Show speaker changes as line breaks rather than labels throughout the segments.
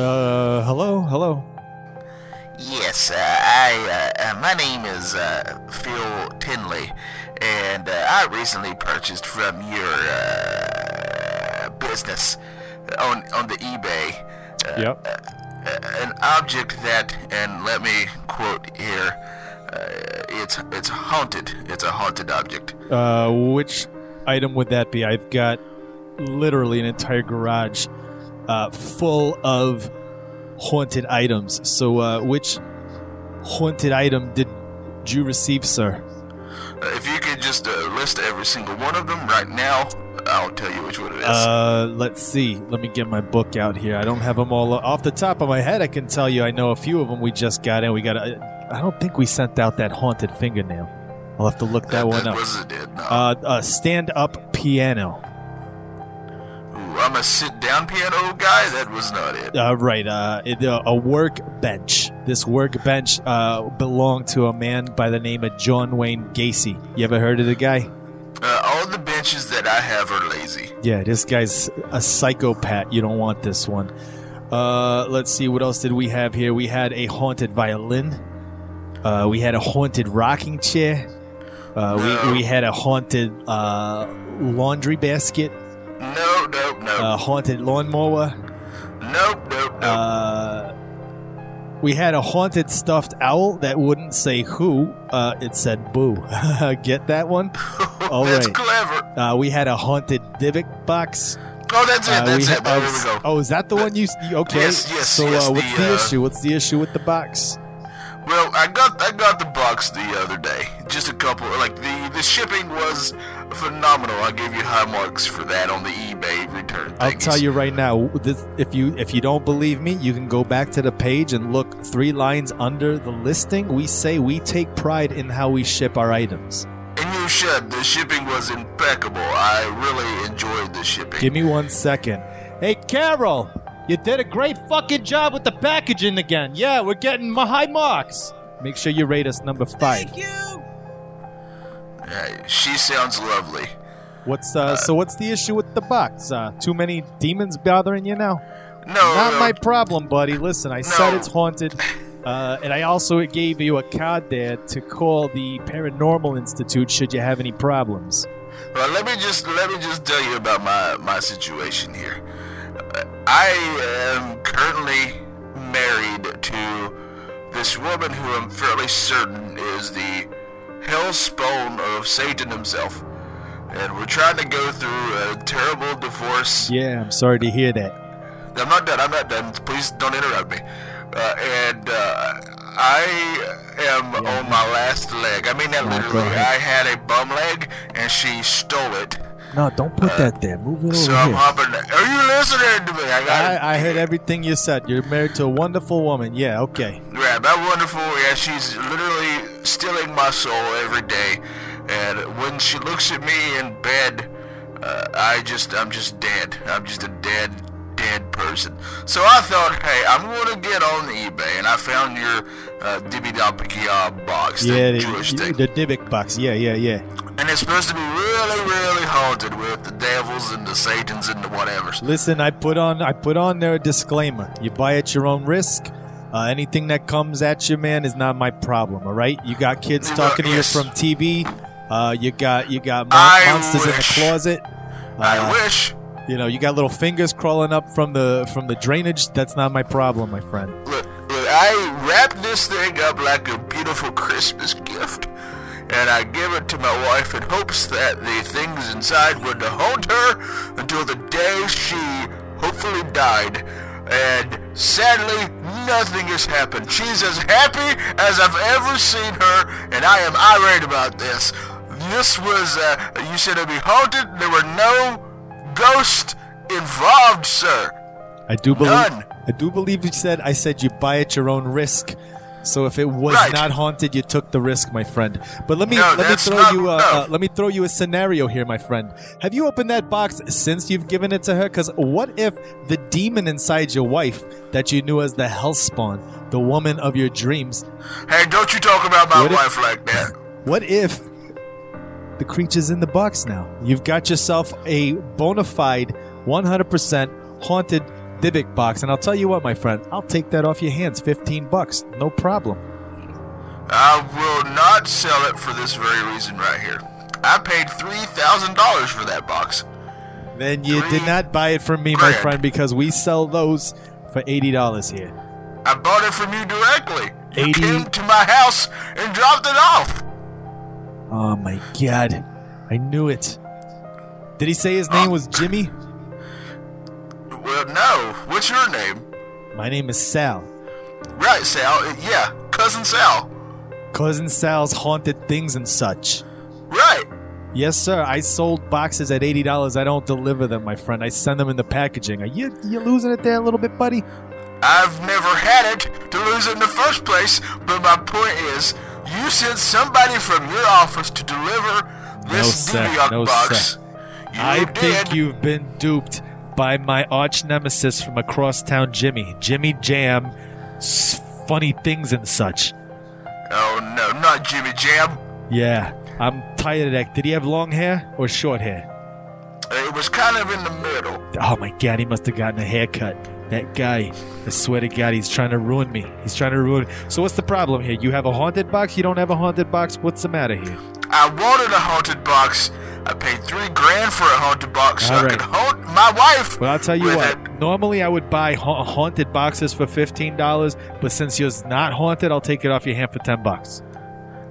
Uh,
Yes, uh, I. Uh, uh, my name is uh, Phil Tinley, and uh, I recently purchased from your uh, business on on the eBay uh,
Yep.
an object that, and let me quote here, uh, it's it's haunted. It's a haunted object.
Uh, which item would that be? I've got literally an entire garage uh, full of haunted items. So, uh, which haunted item did you receive, sir?
Uh, if you could just uh, list every single one of them right now, I'll tell you which one it is.
Uh, let's see. Let me get my book out here. I don't have them all off the top of my head. I can tell you, I know a few of them we just got in. We got. A, I don't think we sent out that haunted fingernail. I'll have to look that one up.
was it. Did no.
Uh, a stand-up piano.
Ooh, I'm a sit down piano guy. That was not it.
Uh, right. Uh, it, uh, a workbench. This workbench uh, belonged to a man by the name of John Wayne Gacy. You ever heard of the guy?
Uh, all the benches that I have are lazy.
Yeah, this guy's a psychopath. You don't want this one. Uh, let's see. What else did we have here? We had a haunted violin. Uh, we had a haunted rocking chair. Uh, we, we had a haunted uh, laundry basket,
No, nope, nope,
a haunted lawnmower.
nope, nope, nope.
Uh, we had a haunted stuffed owl that wouldn't say who. Uh, it said boo. Get that one? all
that's
right.
clever.
Uh, we had a haunted Dybbuk box.
Oh, that's it.
Uh,
that's
we
it.
had-
There
oh,
we go.
oh, is that the one you? you- Okay.
Yes, yes,
So
yes,
uh, what's
the,
the,
uh,
issue? What's the issue with the box?
Well, I got I got the box the other day. Just a couple. Like the the shipping was phenomenal. I give you high marks for that on the eBay return.
I'll
thingies.
tell you right now. This, if you if you don't believe me, you can go back to the page and look three lines under the listing. We say we take pride in how we ship our items.
And you should. The shipping was impeccable. I really enjoyed the shipping.
Give me one second. Hey, Carol, you did a great fucking job with the packaging again. Yeah, we're getting my high marks. Make sure you rate us number five.
Uh, she sounds lovely.
What's uh, so? What's the issue with the box? Uh, too many demons bothering you now?
No,
Not
no,
my problem, buddy. Listen, I said
No.
it's haunted, uh, and I also gave you a card there to call the Paranormal Institute should you have any problems.
Well, let me just let me just tell you about my my situation here. Uh, I am currently married to this woman who I'm fairly certain is the hellspawn of Satan himself, and we're trying to go through a terrible divorce.
Yeah, I'm sorry to hear that.
I'm not done. I'm not done. Please don't interrupt me. Uh, and uh, I am on my last leg. I mean that
Yeah, go
literally.
ahead.
I had a bum leg, and she stole it.
No, don't put that there. Move it over
Uh, So I'm hopping. Are you listening to me? I got
I, I heard everything you said. You're married to a wonderful woman. Yeah, okay.
yeah, that wonderful. Yeah, she's literally stealing my soul every day, and when she looks at me in bed, uh, I just I'm just dead. I'm just a dead dead person. So I thought, hey, I'm gonna get on eBay, and I found your uh, Dibby Dabbikia box,
yeah,
the
the,
Jewish
the,
thing,
Dybbuk box. Yeah, yeah, yeah.
and it's supposed to be really really haunted with the devils and the satans and the whatevers.
Listen, I put on I put on there a disclaimer. You buy at your own risk. Uh, anything that comes at you, man, is not my problem. All right, you got kids
No,
talking to you
yes.
from TV. Uh, you got you got mon-
I
monsters in the
wish.
closet.
I
Uh,
wish.
you know, you got little fingers crawling up from the from the drainage. That's not my problem, my friend.
Look, look, I wrap this thing up like a beautiful Christmas gift, and I give it to my wife in hopes that the things inside would haunt her until the day she hopefully died. And sadly, nothing has happened. She's as happy as I've ever seen her, and I am irate about this. This was, uh, you said it'd be haunted. There were no ghosts involved, sir.
I do believe
None.
I do believe you said I said you buy at your own risk. So if it was
Right.
not haunted, you took the risk, my friend. But let me
No,
let me
that's
throw
not-
you a,
no.
uh, let me throw you a scenario here, my friend. Have you opened that box since you've given it to her? Because what if the demon inside your wife that you knew as the Hellspawn, the woman of your dreams,
Hey, don't you talk about my
What if-
wife like that.
what if the creature's in the box now? You've got yourself a bona fide, 100% haunted Dybbuk box. And I'll tell you what, my friend, I'll take that off your hands. 15 bucks. No problem.
I will not sell it for this very reason right here. I paid $3,000 for that box.
Then you
Three
did not buy it from me, my
grand.
friend, because we sell those for $80 here.
I bought it from you directly. You
80
came to my house and dropped it off.
Oh, my God. I knew it. Did he say his name was Jimmy?
Well, no. What's your name?
My name is Sal.
Right, Sal. Uh, Yeah, Cousin Sal.
Cousin Sal's Haunted Things and Such.
Right.
Yes, sir. I sold boxes at eighty dollars. I don't deliver them, my friend. I send them in the packaging. Are you you losing it there a little bit, buddy?
I've never had it to lose it in the first place, but my point is, you sent somebody from your office to deliver this
No, sir.
Dubiok
No,
box.
sir.
You
I
did.
think you've been duped by my arch nemesis from across town, Jimmy. Jimmy Jam, s- funny things and such.
Oh no, not Jimmy Jam.
Yeah, I'm tired of that. Did he have long hair or short hair?
It was kind of in the middle.
Oh my God, he must have gotten a haircut. That guy, I swear to God, he's trying to ruin me. He's trying to ruin. So what's the problem here? You have a haunted box. You don't have a haunted box. What's the matter here?
I wanted a haunted box. I paid three grand for a haunted box so
All
I
right.
could haunt my wife.
Well, I'll tell you
with
what.
it.
Normally, I would buy ha- haunted boxes for fifteen dollars, but since yours is not haunted, I'll take it off your hand for ten bucks.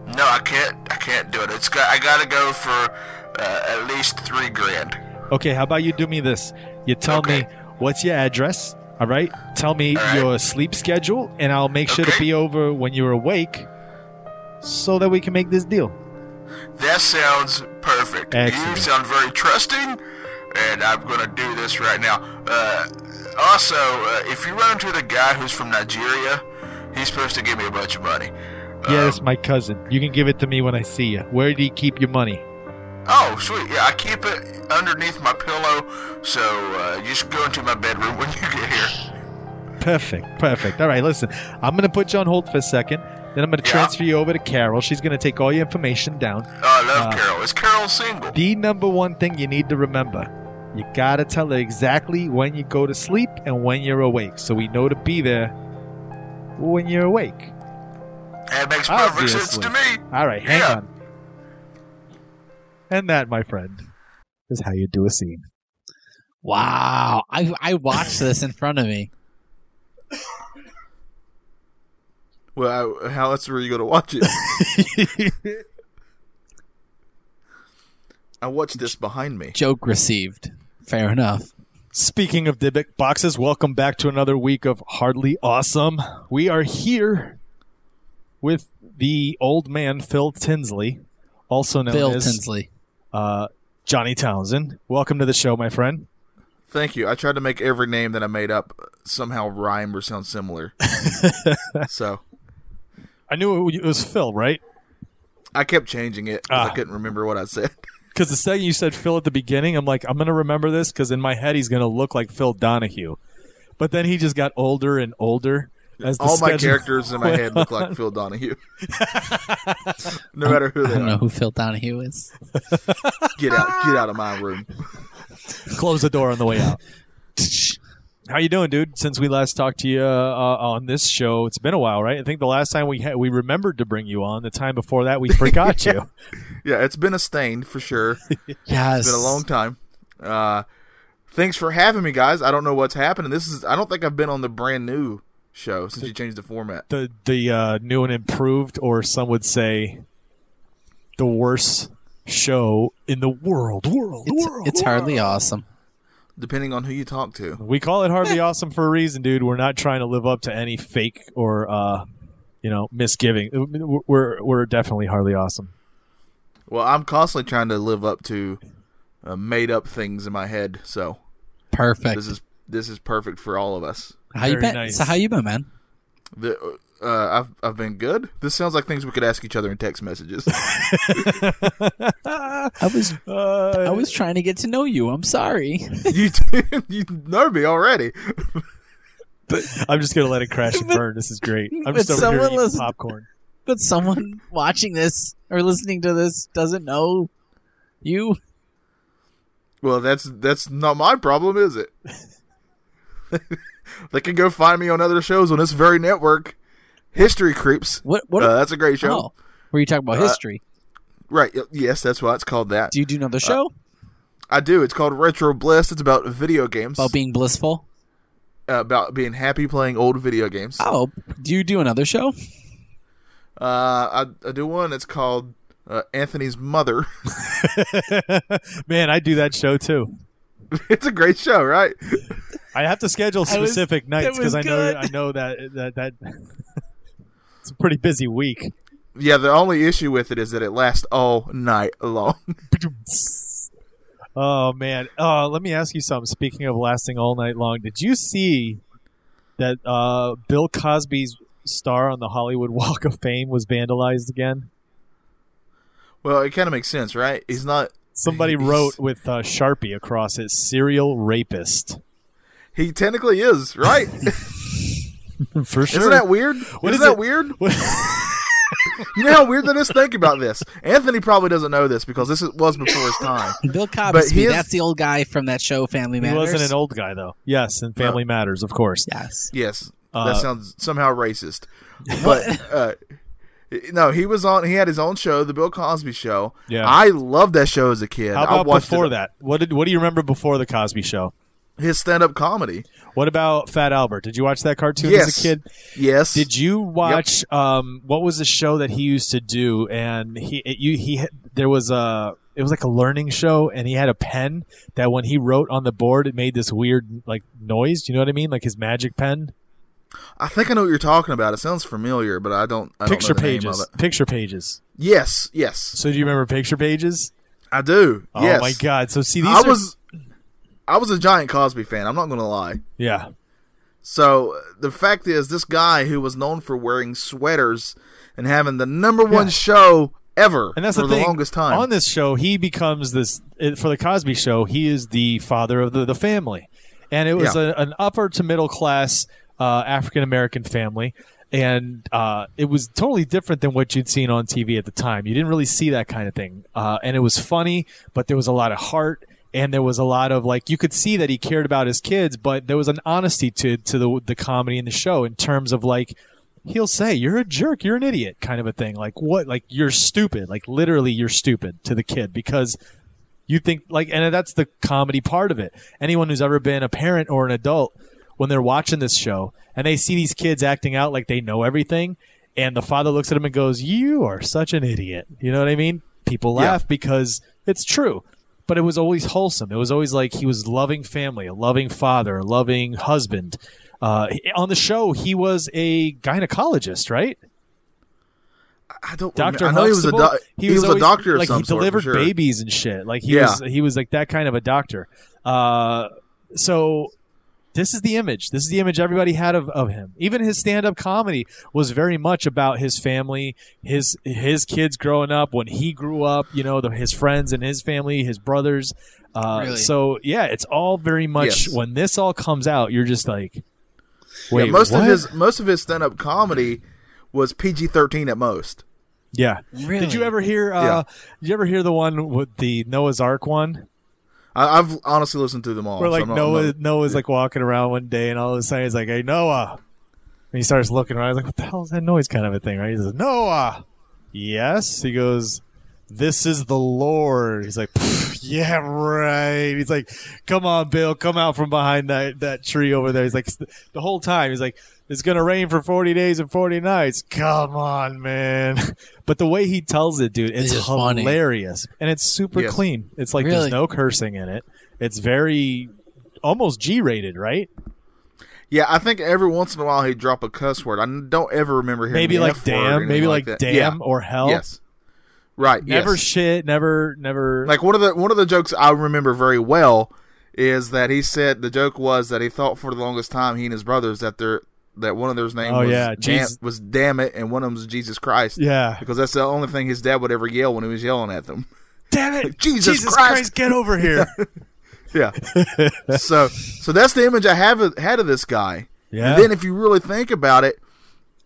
No, I can't. I can't do it. It's got. I gotta go for uh, at least three grand.
Okay, how about you do me this? You tell me
Okay.
what's your address. All right. Tell me
All right.
your sleep schedule, and I'll make sure to
Okay.
be over when you're awake, so that we can make this deal.
That sounds perfect.
Excellent.
You sound very trusting, and I'm gonna do this right now. Uh, also, uh, if you run into the guy who's from Nigeria, he's supposed to give me a bunch of money.
yeah, that's my cousin. You can give it to me when I see you. Where do you keep your money?
Oh, sweet. Yeah, I keep it underneath my pillow, so uh, just go into my bedroom when you get here.
Perfect, perfect. All right, listen, I'm going to put you on hold for a second. Then I'm going to
Yeah.
transfer you over to Carol. She's going to take all your information down.
Oh, I love
Uh,
Carol. Is Carol single?
The number one thing you need to remember you gotta tell her exactly when you go to sleep and when you're awake so we know to be there when you're awake.
That makes perfect
Obviously.
sense to me.
All right, hang
Yeah.
on. And that, my friend, is how you do a scene.
Wow. I I watched this in front of me.
Well, I, how else were you going to watch it? I watched this behind me.
Joke received. Fair enough.
Speaking of Dybbuk boxes, welcome back to another week of Hardly Awesome. We are here with the old man Phil Tinsley, also known
Phil
as
Tinsley.
Uh, Johnny Townsend. Welcome to the show, my friend.
Thank you. I tried to make every name that I made up somehow rhyme or sound similar. so
I knew it was Phil, right?
I kept changing it 'cause
Ah.
I couldn't remember what I said.
Because the second you said Phil at the beginning, I'm like, I'm going to remember this because in my head he's going to look like Phil Donahue. But then he just got older and older as the
All my
schedule-
characters in my head look like Phil Donahue. no matter who
I
they
don't know
are.
who Phil Donahue is.
Get out. Get out of my room.
Close the door on the way out. How you doing, dude? Since we last talked to you uh, uh, on this show, it's been a while, right? I think the last time we ha- we remembered to bring you on. The time before that, we forgot you.
Yeah, it's been a stain for sure.
Yes.
It's been a long time. Uh, thanks for having me, guys. I don't know what's happening. This is I don't think I've been on the brand new show since you changed the format.
The the uh, new and improved, or some would say, the worst show in the world. World,
It's,
world.
it's hardly awesome.
Depending on who you talk to,
We call it hardly awesome for a reason, dude. We're not trying to live up to any fake or uh, you know misgiving. We're we're definitely hardly awesome.
well, I'm constantly trying to live up to uh, made up things in my head. So
Perfect.
this is this is perfect for all of us.
how you
very
been?
nice.
So how you been, man?
The, uh, I've I've been good. This sounds like things we could ask each other in text messages.
I was
Uh,
I was trying to get to know you. I'm sorry.
you you know me already.
I'm just gonna let it crash and
But-
burn. This is great. I'm
but
just over here
someone
eating
listen-
popcorn.
but someone watching this or listening to this doesn't know you.
Well, that's that's not my problem, is it? they can go find me on other shows on this very network. History Creeps.
What? What?
Uh, that's a great show. Uh,
oh, were you talking about history?
Right. y- Yes, that's why it's called that.
Do you do another show
I do. It's called Retro Bliss. It's about video games.
about being blissful?
uh, about being happy playing old video games.
Oh, do you do another show?
Uh, I, I do one that's called uh, Anthony's Mother.
Man, I do that show too.
it's a great show, right?
I have to schedule
was-
specific nights
that
because
was
I know
good.
I know that that that it's a pretty busy week.
Yeah, the only issue with it is that it lasts all night long.
Oh man, uh, let me ask you something. Speaking of lasting all night long, did you see that uh, Bill Cosby's star on the Hollywood Walk of Fame was vandalized again?
well, it kind of makes sense, right? He's not.
Somebody
He's-
wrote with uh, Sharpie across it "serial rapist."
He technically is, right?
For sure.
Isn't that weird?
What
Isn't
is
that
it?
weird? You know how weird that is? Think about this. Anthony probably doesn't know this because this is- was before his time.
Bill
But he
Cosby.
is-
That's the old guy from that show, Family
he
Matters.
wasn't an old guy though. Yes, and Family Matters, of course.
Yes.
Yes,
Uh,
that sounds somehow racist, but uh, no, he was on. He had his own show, the Bill Cosby Show.
Yeah.
I loved that show as a kid.
How
I
about
watched
before
it-
that? What did what do you remember before the Cosby Show?
his stand-up comedy.
What about Fat Albert? Did you watch that cartoon as
Yes.
a kid?
Yes,
Did you watch um, what was the show that he used to do? And he it, you he had- there was a it was like a learning show, and he had a pen that when he wrote on the board, it made this weird like noise. Do you know what I mean? Like his magic pen.
I think I know what you're talking about. It sounds familiar, but I don't. I
Picture
don't know the name
pages.
of it.
Picture pages.
Yes, yes,
So do you remember picture pages?
I do. yes.
Oh my god! So see these.
I
are-
was, I was a giant Cosby fan. I'm not going to lie.
yeah.
So uh, the fact is, this guy who was known for wearing sweaters and having the number one
Yeah.
show ever
And that's
for
the thing.
longest time.
On this show, he becomes this it- for the Cosby Show. He is the father of the, the family, and it was
Yeah.
a, an upper to middle class uh, African American family, and uh, it was totally different than what you'd seen on TV at the time. You didn't really see that kind of thing, uh, and it was funny, but there was a lot of heart. And there was a lot of like you could see that he cared about his kids, but there was an honesty to to the the comedy in the show in terms of like he'll say you're a jerk you're an idiot kind of a thing like what like you're stupid like literally you're stupid to the kid because you think like and that's the comedy part of it anyone who's ever been a parent or an adult when they're watching this show and they see these kids acting out like they know everything and the father looks at him and goes you are such an idiot you know what i mean people
Yeah.
laugh because it's true but it was always wholesome it was always like he was loving family a loving father a loving husband uh, he- on the show he was a gynecologist right
I don't.
Doctor
remember. I know he was a doc- he, was, a doctor of
like
some
he delivered
sort. for sure.
babies and shit. Like he
Yeah.
was he was like that kind of a doctor. Uh, so this is the image. This is the image everybody had of, of him. Even his stand up comedy was very much about his family, his his kids growing up when he grew up. You know, the, his friends and his family, his brothers. Uh,
Really?
So yeah, it's all very much
Yes.
when this all comes out, you're just like,
Yeah,
wait,
most
what?
of his most of his stand up comedy was PG thirteen at most.
yeah.
Really?
Did you ever hear? Uh,
Yeah.
Did you ever hear the one with the Noah's Ark one?
I, I've honestly listened through them all.
Where
so
like
I'm not-
Noah
I'm not-
Noah's like walking around one day and all of a sudden he's like, Hey Noah And he starts looking around, he's like, What the hell is that noise kind of a thing, right? He says, Noah Yes. He goes, This is the Lord. He's like, "Pff, Yeah, right. He's like, Come on, Bill, come out from behind that, that tree over there. He's like the whole time, he's like, It's gonna rain for forty days and forty nights. Come on, man. But the way he tells it, dude, it's
This is funny.
hilarious. And it's super
Yes.
clean. It's like there's
Really?
no cursing in it. It's very almost G-rated, right?
yeah, I think every once in a while he'd drop a cuss word. I n- don't ever remember hearing
Maybe
the
like
F word or
damn,
anything
maybe like,
that.
damn
Yeah.
or hell.
Yes, right.
Never
yes.
shit, never never
Like one of the one of the jokes I remember very well is that he said the joke was that he thought for the longest time he and his brothers that their that one of their names
Oh,
was
yeah,
Jam-
Jesus-
was damn it and one of them was Jesus Christ
Yeah.
because that's the only thing his dad would ever yell when he was yelling at them.
Damn it.
Jesus
Christ.
Christ.
get over here.
Yeah. so so that's the image I have of- had of this guy.
Yeah.
And then if you really think about it,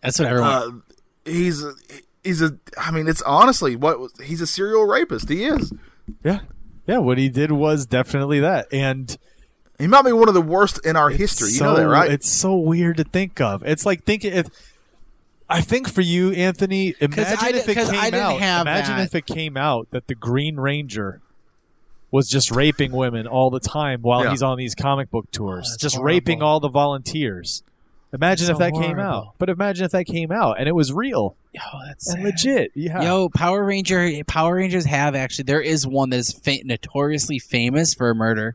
That's what everyone.
uh, he's he's a I mean it's honestly what was- he's a serial rapist. He is.
yeah. Yeah, what he did was definitely that. And
He might be one of the worst in our history. You know
so-
that, right?
It's so weird to think of. It's like thinking if I think for you, Anthony, imagine
I
if
di-
it
'cause
came
I didn't
out.
have
imagine
that.
if it came out that the Green Ranger was just raping women all the time while
Yeah.
he's on these comic book tours,
that's
just
horrible.
raping all the volunteers. Imagine
That's
if
so
that came out.
horrible.
But imagine if that came out and it was real
Yo, that's
and
sad.
legit. Yeah.
Yo, Power Ranger. Power Rangers have actually. There is one that is fa- notoriously famous for murder.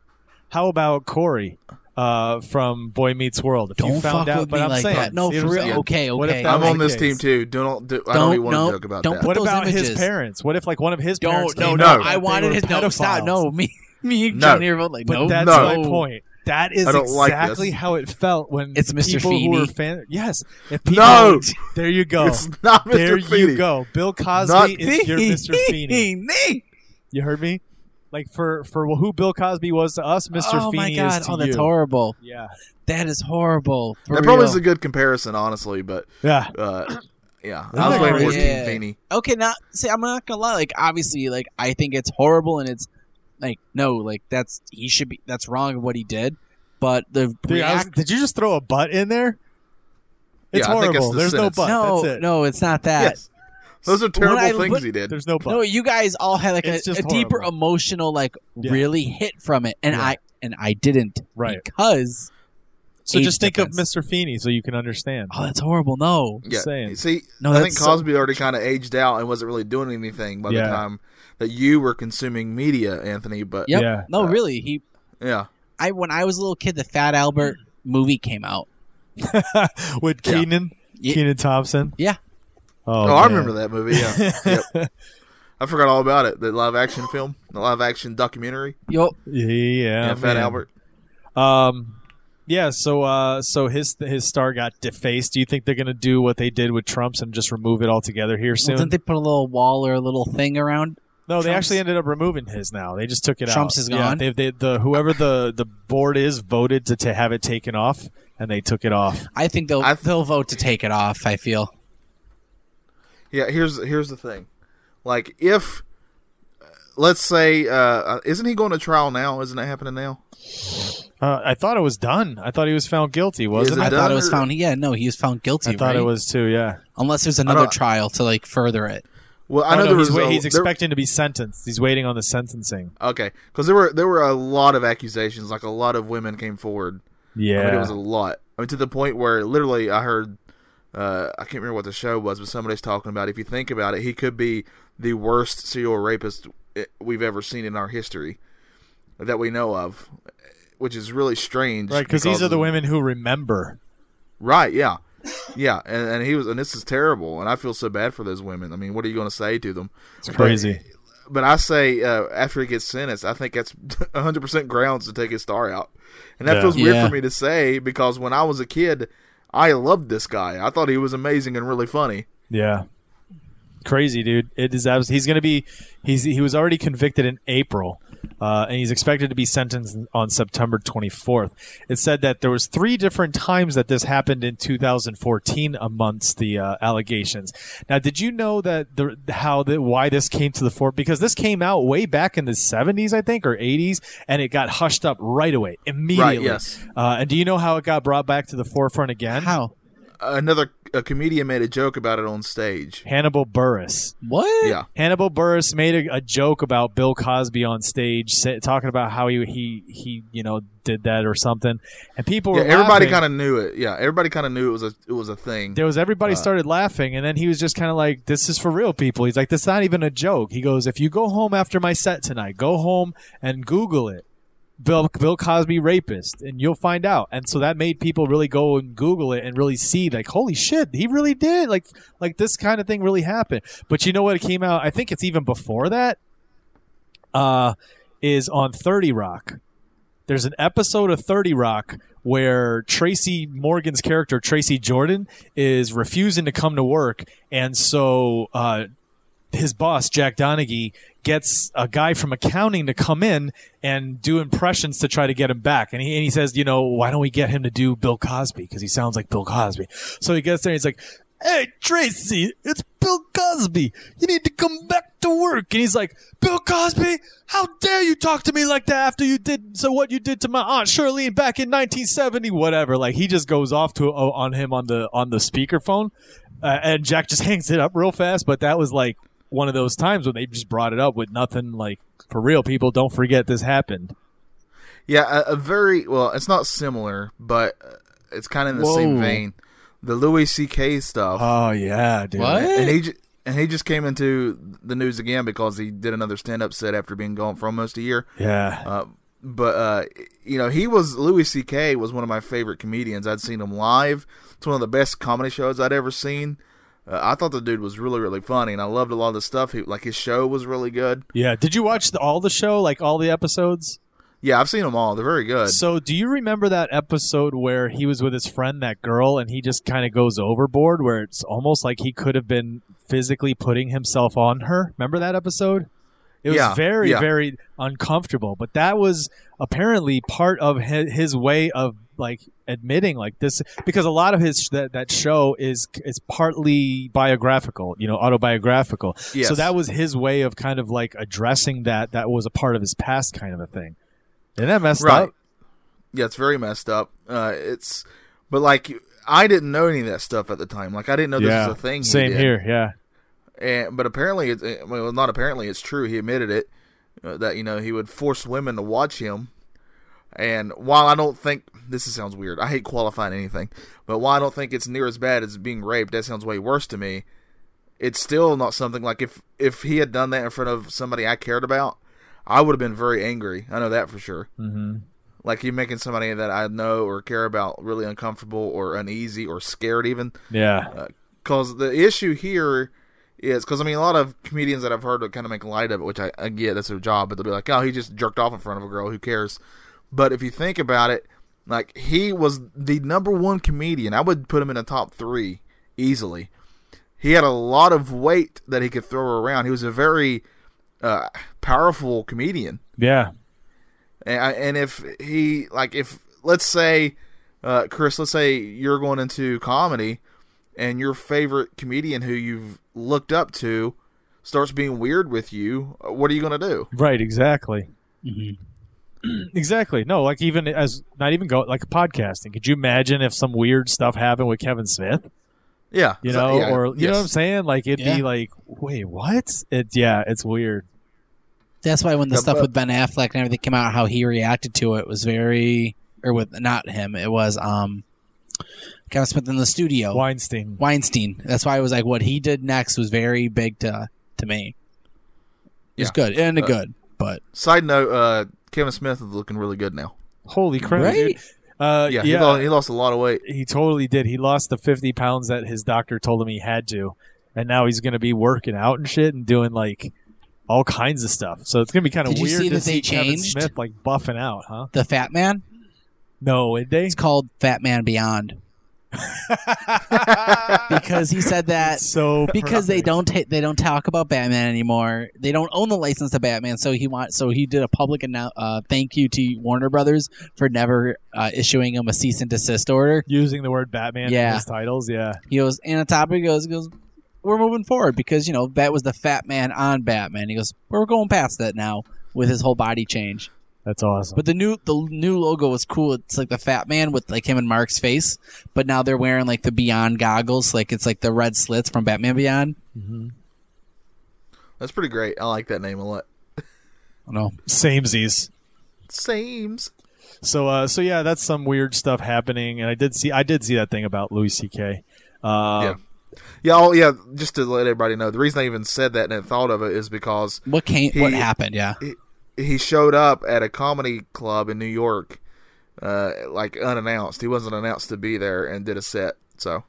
How about Corey uh, from Boy Meets World? If you
Don't
found
fuck
out,
with
but
me
I'm
like
saying,
that. No,
see what
for
I'm
real.
saying?
Okay,
What if
okay.
that
I'm
was
on
the
this
case?
team too. Don't, do I don't even
Don't-
want
no,
to joke about
don't
that.
put
What
those
about his
images.
parents? What if like one of his parents?
Don't no
came
no.
out
No.
that
I
they
wanted
were
his no stop
pedophiles?
no me me and
No.
Johnny are both like
But
no
that's
No.
my point. That is
I don't like this.
exactly how it felt when
It's Mr.
people who were
Feeney.
fan. Yes, if people,
No,
there you go.
it's not Mr.
There
Feeney.
you go. Bill Cosby
Not
is your Mr. Feeney. You heard me? Like for for who Bill Cosby was to us, Mr.
Oh my
Feeney
god!
is to
Oh, that's
you.
horrible.
Yeah,
That is horrible. For
That probably
real.
is a good comparison, honestly. But
yeah.
uh, yeah,
Yeah.
I was waiting for
Yeah.
Team Feeney.
okay, not see, I'm not gonna lie. Like, obviously, like I think it's horrible, and it's like no, like that's he should be. That's wrong what he did. But the
Dude, I was-
react-
did you just throw a butt in there? It's
Yeah, I think
horrible.
it's the
There's
sentence.
no butt.
no,
that's it.
no, it's not that.
Yes. Those are terrible
I
things
look-
he did.
There's no butt.
No, you guys all had like a,
It's just
a deeper
horrible.
emotional, like
Yeah.
really hit from it, and
Yeah.
I and I didn't
Right.
because
so
age
just think
difference.
of Mr. Feeney so you can understand.
oh, that's horrible. No,
Yeah.
saying.
See, I
No, Oh, that's
think
so-
Cosby already kind of aged out and wasn't really doing anything by
Yeah.
the time that you were consuming media, Anthony. But
yep,
Yeah.
no,
Uh,
really. He,
yeah,
I when I was a little kid, the Fat Albert movie came out.
With
Yeah.
Keenan,
Ye-
Keenan Thompson.
Yeah.
Oh, I remember that movie. Yeah, Yep. I forgot all about it. The live action film, the live action documentary.
Yo,
Yeah,
Yeah, Fat
Oh, man.
Albert.
Um, yeah. So, uh, so his his star got defaced. Do you think they're gonna do what they did with Trump's and just remove it altogether here soon?
didn't they put a little wall or a little thing around
no, they
Trump's-
actually ended up removing his. Now they just took it out.
Trump's is gone?
Yeah, they, they, the whoever the the board is voted to, to have it taken off, and they took it off.
I think they'll
I th-
they'll vote to take it off. I feel.
Yeah, here's here's the thing. Like if let's say uh isn't he going to trial now? Isn't that happening now?
Uh, I thought it was done. I thought he was found guilty. Wasn't
it
I
it?
thought it was
done or-
found. Yeah, no, he was found guilty.
I thought
right?
it was too. Yeah.
Unless there's
don't-
another trial to like further it.
Well, I
Oh,
know
no,
there
he's,
was
wait-
a-
he's
there-
expecting to be sentenced. He's waiting on the sentencing.
okay because there were there were a lot of accusations. Like a lot of women came forward.
Yeah.
I mean, it was a lot. I mean, to the point where literally I heard, uh, I can't remember what the show was, but somebody's talking about. If you think about it, he could be the worst serial rapist eh, we've ever seen in our history that we know of, which is really strange.
right, because these are the
of-
women who remember.
Right? Yeah, yeah. And, and he was, and this is terrible. And I feel so bad for those women. I mean, what are you going to say to them?
It's crazy.
But I say uh, after he gets sentenced, I think that's 100% grounds to take his star out. And that
Yeah.
feels weird
Yeah.
for me to say because when I was a kid, I loved this guy. I thought he was amazing and really funny.
Yeah. Crazy, dude. It is abs- he's going to be he's he was already convicted in April. Uh, and he's expected to be sentenced on September 24th. It said that there was three different times that this happened in 2014 amongst the uh, allegations. Now, did you know that the how the why this came to the fore? Because this came out way back in the 70s, I think, or 80s, and it got hushed up right away, immediately.
yes.
Uh, and do you know how it got brought back to the forefront again?
How?
Another a comedian made a joke about it on stage.
Hannibal Burris.
What?
Yeah.
Hannibal Burris made a, a joke about Bill Cosby on stage, sa talking about how he he he you know did that or something, and people
Yeah,
were
everybody
laughing.
kind of knew it. Yeah, everybody kind of knew it was a it was a thing.
There was everybody
Uh,
started laughing, and then he was just kind of like, "This is for real, people." He's like, "That's not even a joke." He goes, "If you go home after my set tonight, go home and Google it, Bill Bill Cosby rapist, and you'll find out." And so that made people really go and Google it and really see, like, "Holy shit, he really did!" Like, like this kind of thing really happened. But you know what? It came out. I think it's even before that. Uh, is on Thirty Rock. There's an episode of Thirty Rock where Tracy Morgan's character Tracy Jordan is refusing to come to work, and so uh, his boss Jack Donaghy gets a guy from accounting to come in and do impressions to try to get him back. And he and he says, you know, why don't we get him to do Bill Cosby because he sounds like Bill Cosby. So he gets there, and he's like. Hey Tracy, it's Bill Cosby. You need to come back to work. And he's like, Bill Cosby, how dare you talk to me like that after you did so what you did to my aunt Shirley back in 1970, whatever. Like he just goes off to oh, on him on the on the speakerphone, uh, and Jack just hangs it up real fast. But that was like one of those times when they just brought it up with nothing like for real. People don't forget this happened.
Yeah, a, a very well. It's not similar, but uh, it's kind of in the same
Whoa.
vein. The Louis C.K. stuff,
Oh yeah, dude.
and he ju- and he just came into the news again because he did another stand-up set after being gone for almost a year.
Yeah.
Uh, but uh, you know, he was Louis C.K. was one of my favorite comedians. I'd seen him live. It's one of the best comedy shows I'd ever seen. Uh, I thought the dude was really, really funny, and I loved a lot of the stuff. He, like his show was really good.
Yeah. Did you watch the, all the show, like all the episodes?
Yeah, I've seen them all. They're very good.
So, do you remember that episode where he was with his friend, that girl, and he just kind of goes overboard, where it's almost like he could have been physically putting himself on her? Remember that episode? It was
Yeah,
very,
yeah.
very uncomfortable, but that was apparently part of his, his way of like admitting like this because a lot of his that, that show is is partly biographical you know autobiographical
Yes.
so that was his way of kind of like addressing that that was a part of his past kind of a thing and that messed up
Yeah, it's very messed up. Uh, it's, but like I didn't know any of that stuff at the time. Like I didn't know this was a thing. he
Same
did.
here. Yeah.
And, but apparently, it's it- well, not apparently, it's true. He admitted it uh, that you know he would force women to watch him. And while I don't think this is- sounds weird, I hate qualifying anything. But while I don't think it's near as bad as being raped, that sounds way worse to me. It's still not something like if if he had done that in front of somebody I cared about, I would have been very angry. I know that for sure.
Mm-hmm.
Like you making somebody that I know or care about really uncomfortable or uneasy or scared even.
Yeah.
Because the issue here is because I mean a lot of comedians that I've heard would kind of make light of it, which I, I get that's their job, but they'll be like, oh, he just jerked off in front of a girl, who cares? But if you think about it, like he was the number one comedian. I would put him in the top three easily. He had a lot of weight that he could throw around. He was a very uh, powerful comedian.
Yeah.
And, I- and if he like if let's say uh, Chris, let's say you're going into comedy, and your favorite comedian who you've looked up to starts being weird with you, uh, what are you gonna do?
Right. Exactly.
Mm-hmm.
exactly. No, like even as not even go like podcasting. Could you imagine if some weird stuff happened with Kevin Smith?
Yeah,
You know,
So- yeah,
or you know what I'm
yes.
saying? Like it'd
Yeah.
be like, wait, what? It yeah, it's weird.
That's why when the
The
stuff
bu-
with Ben Affleck and everything came out, how he reacted to it was very, or with not him, it was um, Kevin Smith in the studio.
Weinstein.
Weinstein. That's why I was like, what he did next was very big to to me. It's good and a
Uh,
good, but
Side note: uh, Kevin Smith is looking really good now.
Holy crap!
right?
dude. Uh,
Yeah, He, lost, he lost a lot of weight.
he totally did. He lost the 50 pounds that his doctor told him he had to. And now he's going to be working out and shit and doing like all kinds of stuff. So it's going to be kind of
Did you
weird
see
to
that they
see Kevin
changed?
Smith like buffing out, huh?
The Fat Man.
No, it they
It's called Fat Man Beyond because he said that
so
because they
perfect.
don't ta- they don't talk about Batman anymore. They don't own the license to Batman, so he want so he did a public annou- uh, thank you to Warner Brothers for never uh, issuing him a cease and desist order.
using the word Batman in
Yeah.
his titles. Yeah.
He goes, and on top of it, he goes, he goes, we're moving forward because you know that was the Fat Man on Batman. He goes, we're going past that now with his whole body change.
That's awesome.
But the new the new logo is cool. It's like the Fat Man with like him and Mark's face, but now they're wearing like the Beyond goggles, like it's like the red slits from Batman Beyond.
Mhm.
That's pretty great. I like that name a lot.
I don't know.
Samesies.
Seems.
So uh, so yeah, that's some weird stuff happening. And I did see I did see that thing about Louis C.K. Uh,
Yeah. Yeah, oh, yeah. Just to let everybody know, the reason I even said that and thought of it is because
What came? what
He-
happened? Yeah.
he showed up at a comedy club in New York, uh, like unannounced. He wasn't announced to be there and did a set. So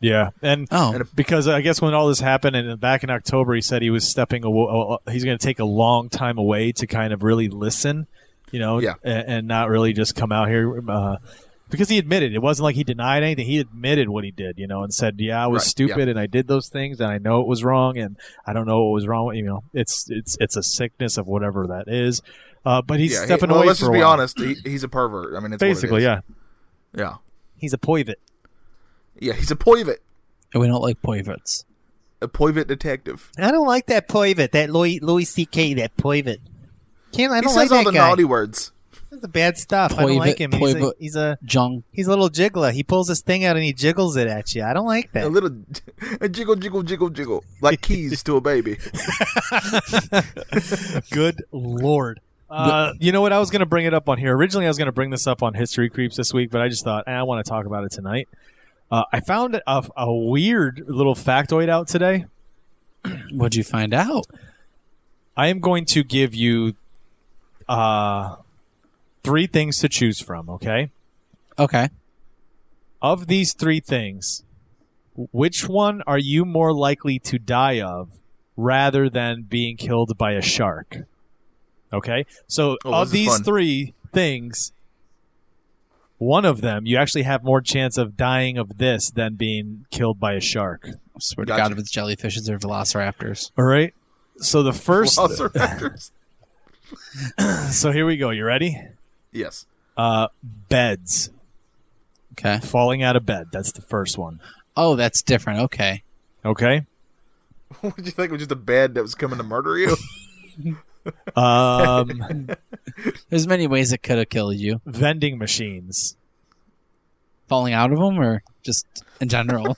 yeah. And
Oh,
And
because I guess when all this happened and back in October, he said he was stepping. Aw- aw- he's going to take a long time away to kind of really listen, you know,
Yeah.
a- and, not really just come out here uh, because he admitted it wasn't like he denied anything. He admitted what he did, you know, and said, "Yeah, I was
Right,
stupid and I did those things and I know it was wrong and I don't know what was wrong." with You know, it's it's it's a sickness of whatever that is. Uh, but he's
yeah, he-
stepping
well,
away.
Let's
for
just
a
be
while.
honest. He, he's a pervert. I mean, it's what it
Basically,
is.
yeah,
yeah,
he's a poivit.
yeah. He's a poivot.
and we don't like poivets.
a Poivit detective.
I don't like that Poivit, that Louis, Louis C.K., that Poivit. Can't, I
He
don't like
says all
that
the
guy.
naughty words.
That's the bad stuff. I don't
Poivit-
like him. He's a,
Poivit.
he's a
Jung.
he's a little jiggler. He pulls his thing out and he jiggles it at you. I don't like
A
that.
little a jiggle, jiggle, jiggle, jiggle, like keys to a baby.
Good lord. Uh, you know what? I was going to bring it up on here. Originally, I was going to bring this up on History Creeps this week, but I just thought eh, I want to talk about it tonight. Uh, I found a, a weird little factoid out today.
What'd you find out?
I am going to give you uh, three things to choose from, okay?
Okay.
Of these three things, which one are you more likely to die of rather than being killed by a shark? Okay? So,
Oh, this
of
is
these
fun.
three things, one of them, you actually have more chance of dying of this than being killed by a shark.
I swear
Gotcha.
to God, if it's jellyfishes or velociraptors.
All right? So, the first.
Velociraptors.
So, here we go. You ready?
yes.
Uh, beds.
Okay.
falling out of bed. That's the first one.
Oh, that's different. Okay.
Okay.
What did you think it was just a bed that was coming to murder you?
Um,
There's many ways it could have killed you.
vending machines
Falling out of them or just in general?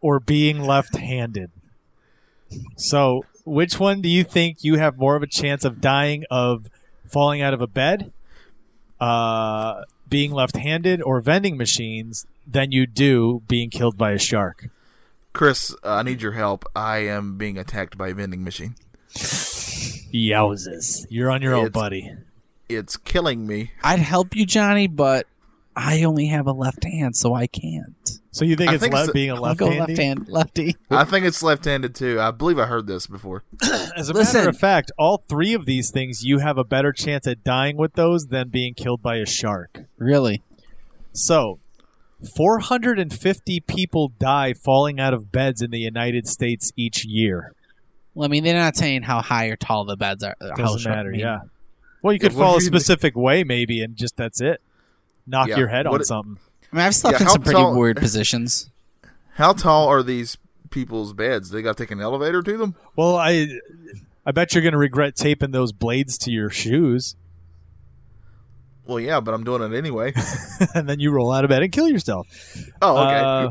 or being left-handed. So, which one do you think you have more of a chance of dying of falling out of a bed, uh, being left-handed, or vending machines than you do being killed by a shark?
Chris, uh, I need your help. I am being attacked by a vending machine.
Yowzes! You're on your own,
It's-
buddy.
It's killing me.
I'd help you, Johnny, but I only have a left hand, so I can't.
So you think
I
it's
think
le-
it's-
being a
I'll go
left-handed?
left hand, lefty.
I think it's left-handed too. I believe I heard this before.
As a
Listen.
matter of fact, all three of these things, you have a better chance at dying with those than being killed by a shark.
Really?
So, 450 people die falling out of beds in the United States each year.
Well, I mean, they're not saying how high or tall the beds are. how
Doesn't
short- I
matter,
mean,
yeah. Well, you could
Yeah, what
fall a
do you-
specific way, maybe, and just that's it. Knock
Yeah,
your head
what-
on something.
I mean, I've slept
Yeah,
in
how
some pretty
tall-
weird positions.
How tall are these people's beds? They got to take an elevator to them?
Well, I, I bet you're going to regret taping those blades to your shoes,
Well, yeah, but I'm doing it anyway.
and then you roll out of bed and kill yourself.
Oh, okay.
Uh,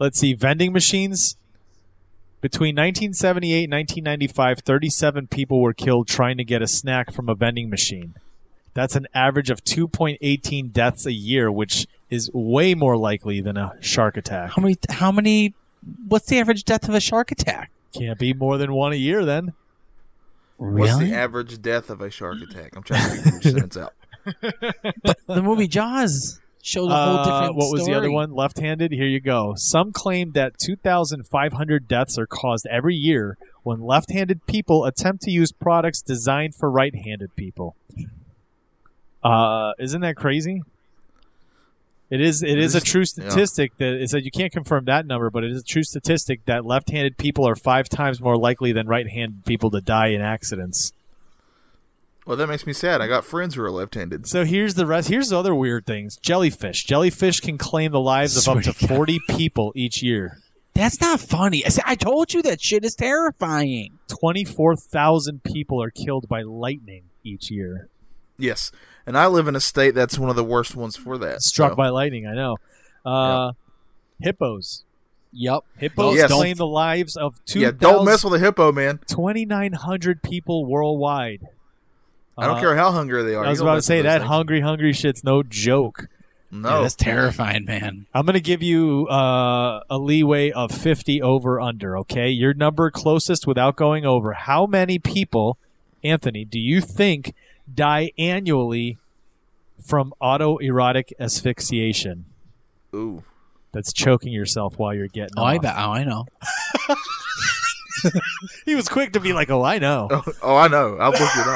let's see. Vending machines. Between 1978 and 1995, 37 people were killed trying to get a snack from a vending machine. That's an average of 2.18 deaths a year, which is way more likely than a shark attack.
How many? How many? What's the average death of a shark attack?
Can't be more than one a year then.
What's the average death of a shark attack? I'm trying to figure this sentence out.
the movie Jaws shows a whole
Uh,
different.
what was the other
story.
one? Left handed? Here you go. Some claim that 2,500 deaths are caused every year when left handed people attempt to use products designed for right handed people. Uh, isn't that crazy? It is. It is a
This-
true
yeah.
statistic that it said you can't confirm that number, but it is a true statistic that left-handed people are five times more likely than right-handed people to die in accidents.
Well, that makes me sad. I got friends who are left-handed.
So here's the rest. Here's the other weird things. Jellyfish. Jellyfish can claim the lives of
Swear
up to
to God.
40 people each year.
That's not funny. I, said- I told you that shit is terrifying.
24,000 people are killed by lightning each year.
Yes, and I live in a state that's one of the worst ones for that.
Struck
so-
by lightning, I know. Uh, Hippos.
Yep.
Hippos
Yes.
claim the lives of
yeah,
2,000
don't mess with a hippo, man.
2,900 people worldwide.
I don't
Uh,
care how hungry they are.
I was
you don't
about to
mess
say
with those
that
things.
hungry, hungry shit's no joke.
No,
that's terrifying, man.
I'm going to give you uh, a leeway of 50 over under, okay? Your number closest without going over. How many people, Anthony, do you think die annually from autoerotic asphyxiation?
Ooh,
That's choking yourself while you're getting
Oh,
off.
I bet. Oh, I know.
He was quick to be like, oh, I know.
oh, oh, I know. I've looked it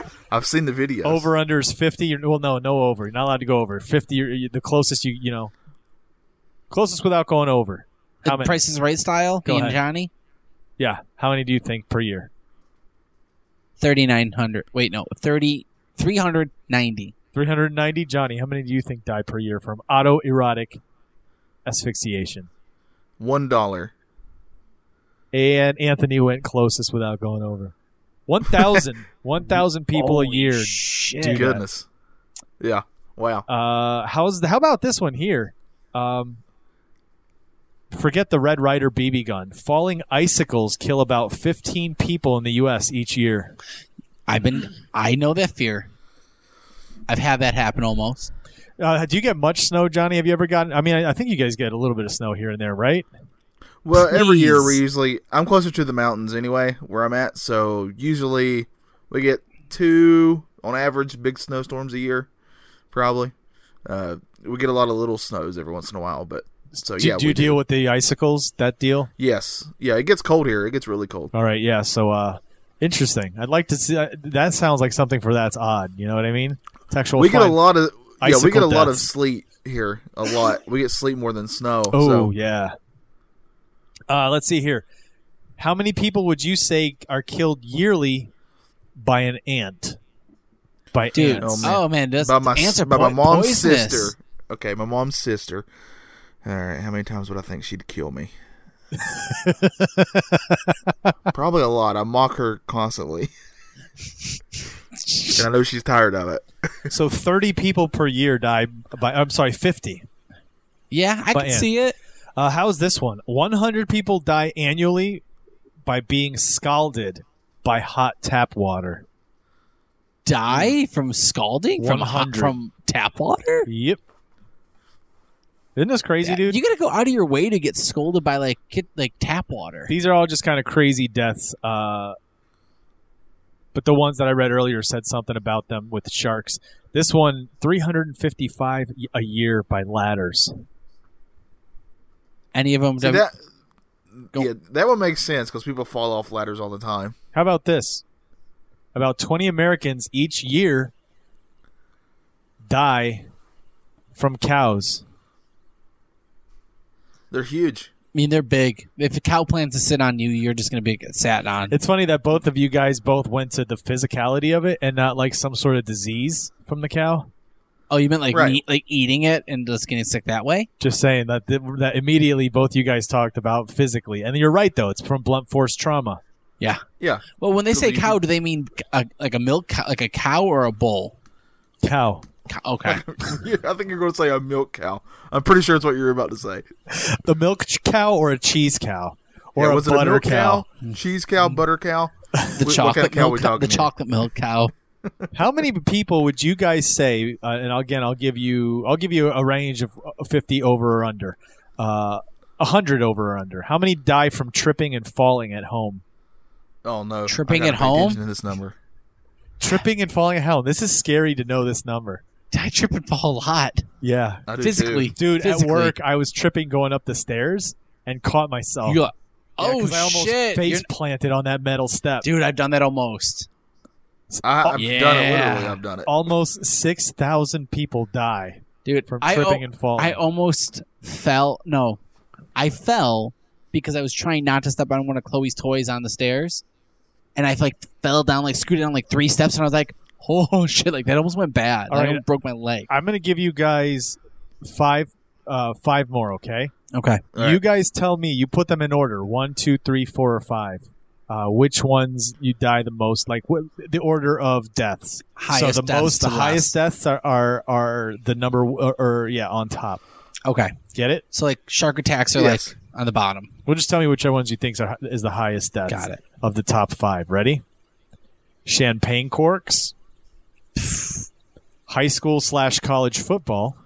up. I've seen the videos.
Over under is 50. You're, well, no, no over. You're not allowed to go over. 50, you're, you the closest you, you know, closest without going over. How many?
Price is Right style.
Go
me and
ahead.
Johnny.
Yeah. How many do you think per year?
Thirty nine hundred. Wait, no. Thirty three hundred ninety.
390 johnny how many do you think die per year from autoerotic asphyxiation
one dollar.
and Anthony went closest without going over. 1,000 1,000 people a
Holy
year.
shit.
do that.
Goodness. Yeah. Wow.
Uh, how's the, how about this one here? Um, forget the Red Rider BB gun. Falling icicles kill about 15 people in the U.S. each year.
I've been. I know that fear. I've had that happen almost.
Uh, do you get much snow, Johnny? Have you ever gotten? I mean, I, I think you guys get a little bit of snow here and there, right?
Well, every year we
Please.
usually I'm closer to the mountains anyway, where I'm at. So usually we get two on average big snowstorms a year, probably. Uh, we get a lot of little snows every once in a while, but so
do,
Oh, yeah,
do
we
you deal with the icicles? That deal?
Yes, yeah, it gets cold here. It gets really cold.
All right, yeah. So, uh, interesting. I'd like to see. Uh, that sounds like something for that's odd. You know what I mean? It's actual.
we
fun.
get a lot of yeah, we get a
Icicle
lot of
deaths.
sleet here. A lot. we get sleet more than snow.
Oh
so
yeah. Uh, let's see here. How many people would you say are killed yearly by an ant? By
Dude.
ants.
Oh,
Oh
man.
man, that's
by my
answer
by my
po-
mom's
poisonous.
sister. Okay, my mom's sister. All right, how many times would I think she'd kill me? Probably a lot. I mock her constantly, and I know she's tired of it.
So thirty people per year die by. I'm sorry, fifty.
Yeah, I
By
can
ant.
see it.
Uh, how's this one? One hundred people die annually by being scalded by hot tap water.
Die from scalding from hot,
100.
from tap water.
Yep. Isn't this crazy, dude?
You gotta go out of your way to get scolded by like get, like tap water.
These are all just kind of crazy deaths. Uh, but the ones that I read earlier said something about them with sharks. This one, 355 y- a year by ladders.
Any of them?
See, that,
Go.
yeah, that one makes sense because people fall off ladders all the time.
How about this? About 20 Americans each year die from cows.
They're huge.
I mean, they're big. If a cow plans to sit on you, you're just gonna be sat on.
It's funny that both of you guys both went to the physicality of it and not like some sort of disease from the cow.
Oh, you meant like
Right.
meat, like eating it and just getting sick that way?
Just saying that that immediately both you guys talked about physically, and you're right though. It's from blunt force trauma.
Yeah,
Well, when they
So
say
you-
cow, do they mean a, like a milk, cow, like a cow or a bull?
Cow.
Cow, okay.
I think you're going to say a milk cow. I'm pretty sure it's what you're about to say.
The milk ch- cow or a cheese cow or
yeah,
a
was it
butter
a milk
cow.
cow, cheese cow, butter cow?
The
What- what kind of
chocolate
cow we
milk, cow,
talking
the
here?
chocolate milk cow.
How many people would you guys say? Uh, and again, I'll give you I'll give you a range of uh, 50 over or under, uh, 100 over or under. How many die from tripping and falling at home?
Oh no, I
Tripping
gotta
at
pay
home?
attention To this number.
Tripping and falling at home. This is scary to know this number.
I trip and fall a lot
Yeah,
I do, too.
physically,
dude.
Physically.
At work, I was tripping going up the stairs and caught myself.
You go,
Yeah,
oh
'cause I almost
shit,
face
You're-
planted on that metal step.
dude! I've done that almost.
I,
Oh,
I've done it.
Yeah.
Literally, I've done it.
Almost six thousand people die
Dude,
from
I,
tripping
al-
and falling.
I almost fell. No, I fell because I was trying not to step on one of Chloe's toys on the stairs, and I like fell down, like scooted down like three steps, and I was like, "Oh shit!" Like that almost went bad.
All
I
right.
almost broke my leg.
I'm gonna give you guys five, uh, five more. Okay,
Okay,
All right.
you guys tell me. You put them in order: one, two, three, four, or five. Uh, which ones you die the most? Like what the order of deaths.
highest.
so the
deaths
most
to
highest deaths are, are are the number or, or yeah on top.
last. Okay,
Get it?
so like shark attacks are
Yes.
like on the bottom.
Well, just tell me which ones you think are, is the highest deaths
Got it.
of the top five. Ready? Champagne corks, high school slash college football,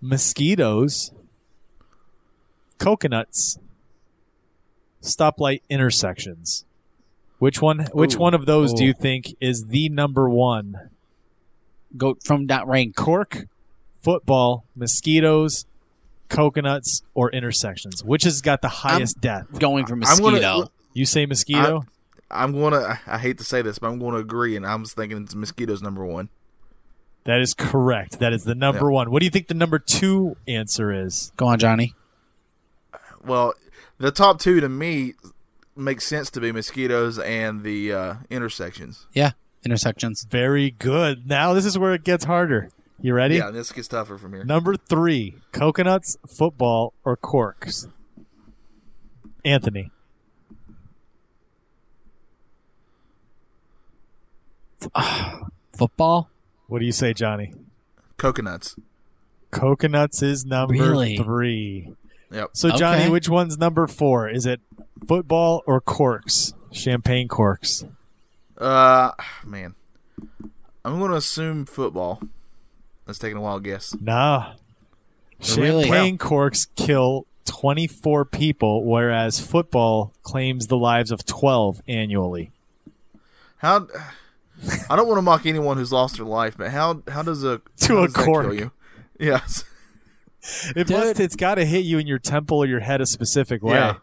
mosquitoes, coconuts, stoplight intersections. Which one? Which
Ooh.
one of those do
Ooh.
you think is the number one?
Go from not ranked.
Cork, football, mosquitoes, coconuts, or intersections? Which has got the highest death?
Going for
I'm
mosquito.
gonna-
You say mosquito?
I'm gonna. I hate to say this, but I'm gonna agree, and I'm just thinking it's mosquitoes number one.
That is correct. That is the number one. What do you think the number two answer is?
Go on, Johnny.
Well, the top two to me makes sense to be mosquitoes and the uh, intersections.
Yeah, intersections.
Very good. Now this is where it gets harder. You ready?
Yeah, this gets tougher from here.
Number three: coconuts, football, or corks. Anthony,
football.
What do you say, Johnny?
Coconuts.
Coconuts is number
Really?
three.
Yep.
So, Johnny,
Okay.
which one's number four? Is it football or corks? Champagne corks.
Uh, man, I'm gonna assume football. That's taking a wild guess.
Nah.
Really?
Champagne corks kill 24 people, whereas football claims the lives of 12 annually.
How? I don't want to mock anyone who's lost their life, but how how does a
To
how
a
does that
cork.
kill you? Yes.
It must, it's got to hit you in your temple or your head a specific way.
Yeah.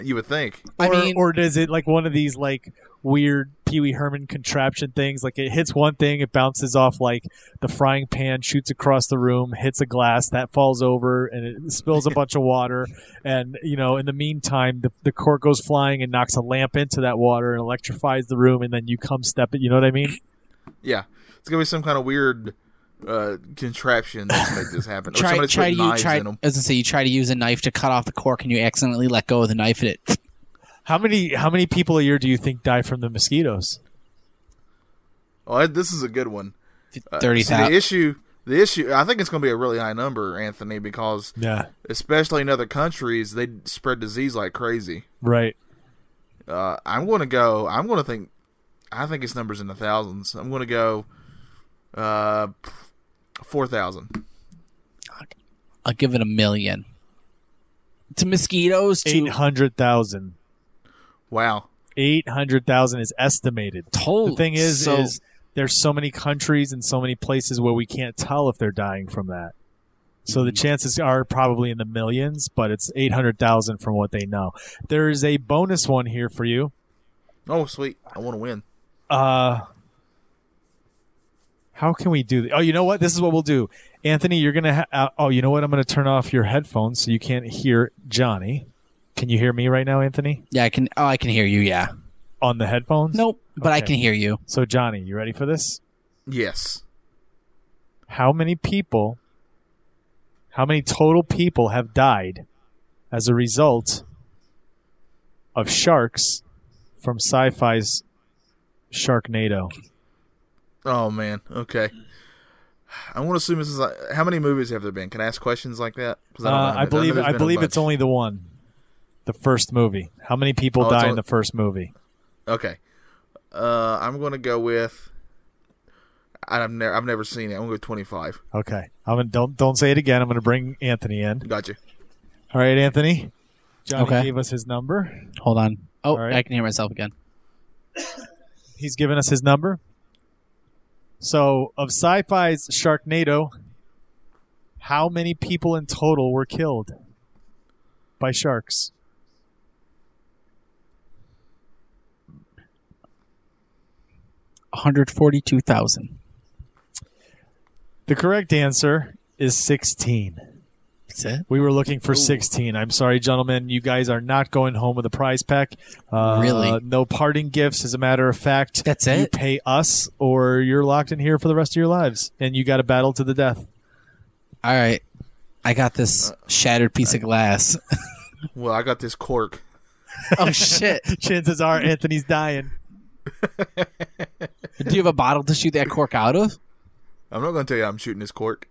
You would think.
Or,
I mean,
or does it like one of these like weird Pee Wee Herman contraption things? Like it hits one thing, it bounces off like the frying pan, shoots across the room, hits a glass, that falls over, and it spills a bunch of water. And you know, in the meantime, the, the cork goes flying and knocks a lamp into that water and electrifies the room. And then you come step it. You know what I mean?
Yeah. It's gonna be some kind of weird uh contraption that's made this happen. or
try,
somebody's
try to
putting
you
knives
try.
in them.
As I say, you try to use a knife to cut off the cork, and you accidentally let go of the knife, and it.
How many how many people a year do you think die from the mosquitoes?
Oh, that- this is a good one.
Thirty
See, the
thousand.
issue, the issue. I think it's going to be a really high number, Anthony, because
Yeah,
especially in other countries, they spread disease like crazy.
right.
Uh, I'm going to go. I'm going to think. I think it's numbers in the thousands. I'm going to go. Uh, four thousand.
I'll give it a million. To mosquitoes,
Eight
to
hundred thousand.
Wow.
Eight hundred thousand is estimated.
total.
the thing is
so,
is there's so many countries and so many places where we can't tell if they're dying from that so the chances are probably in the millions but it's 800000 from what they know there is a bonus one here for you
Oh, sweet. I want to win.
uh how can we do th- oh you know what this is what we'll do anthony you're gonna ha- uh, oh you know what i'm gonna turn off your headphones so you can't hear johnny can you hear me right now anthony
yeah, I can. Oh, I can hear you. Yeah.
on the headphones
Nope, but I
Okay.
can hear you.
so johnny you ready for this
Yes.
how many people how many total people have died as a result of sharks from sci-fi's Sharknado.
Oh man. Okay. I want to assume this is like, how many movies have there been? Can I ask questions like that? 'Cause don't know
Uh,
how
I
many- know
believe
there's
I
been a
believe it's
bunch.
only the one. The first movie. How many people
Oh, it's
die in
only-
the first movie?
Okay. Uh, I'm gonna go with. I've never I've never seen it. I'm gonna go twenty five.
Okay. I'm gonna, don't don't say it again. I'm going to bring Anthony in.
Gotcha.
All right, Anthony. Johnny
Okay.
gave us his number.
Hold on. Oh,
All right.
I can hear myself again.
He's given us his number. So, of sci fi's Sharknado, how many people in total were killed by sharks?
One hundred forty-two thousand.
The correct answer is 16.
That's it.
We were looking for 16. I'm sorry, gentlemen. You guys are not going home with a prize pack. Uh,
Really?
No parting gifts. As a matter of fact,
That's
you
it?
pay us or you're locked in here for the rest of your lives. And you got to battle to the death.
All right. I got
Uh,
this shattered piece of glass.
Well, I got this cork.
oh shit!
Chances are Anthony's dying.
Do you have a bottle to shoot that cork out of?
I'm not gonna tell you I'm shooting this cork.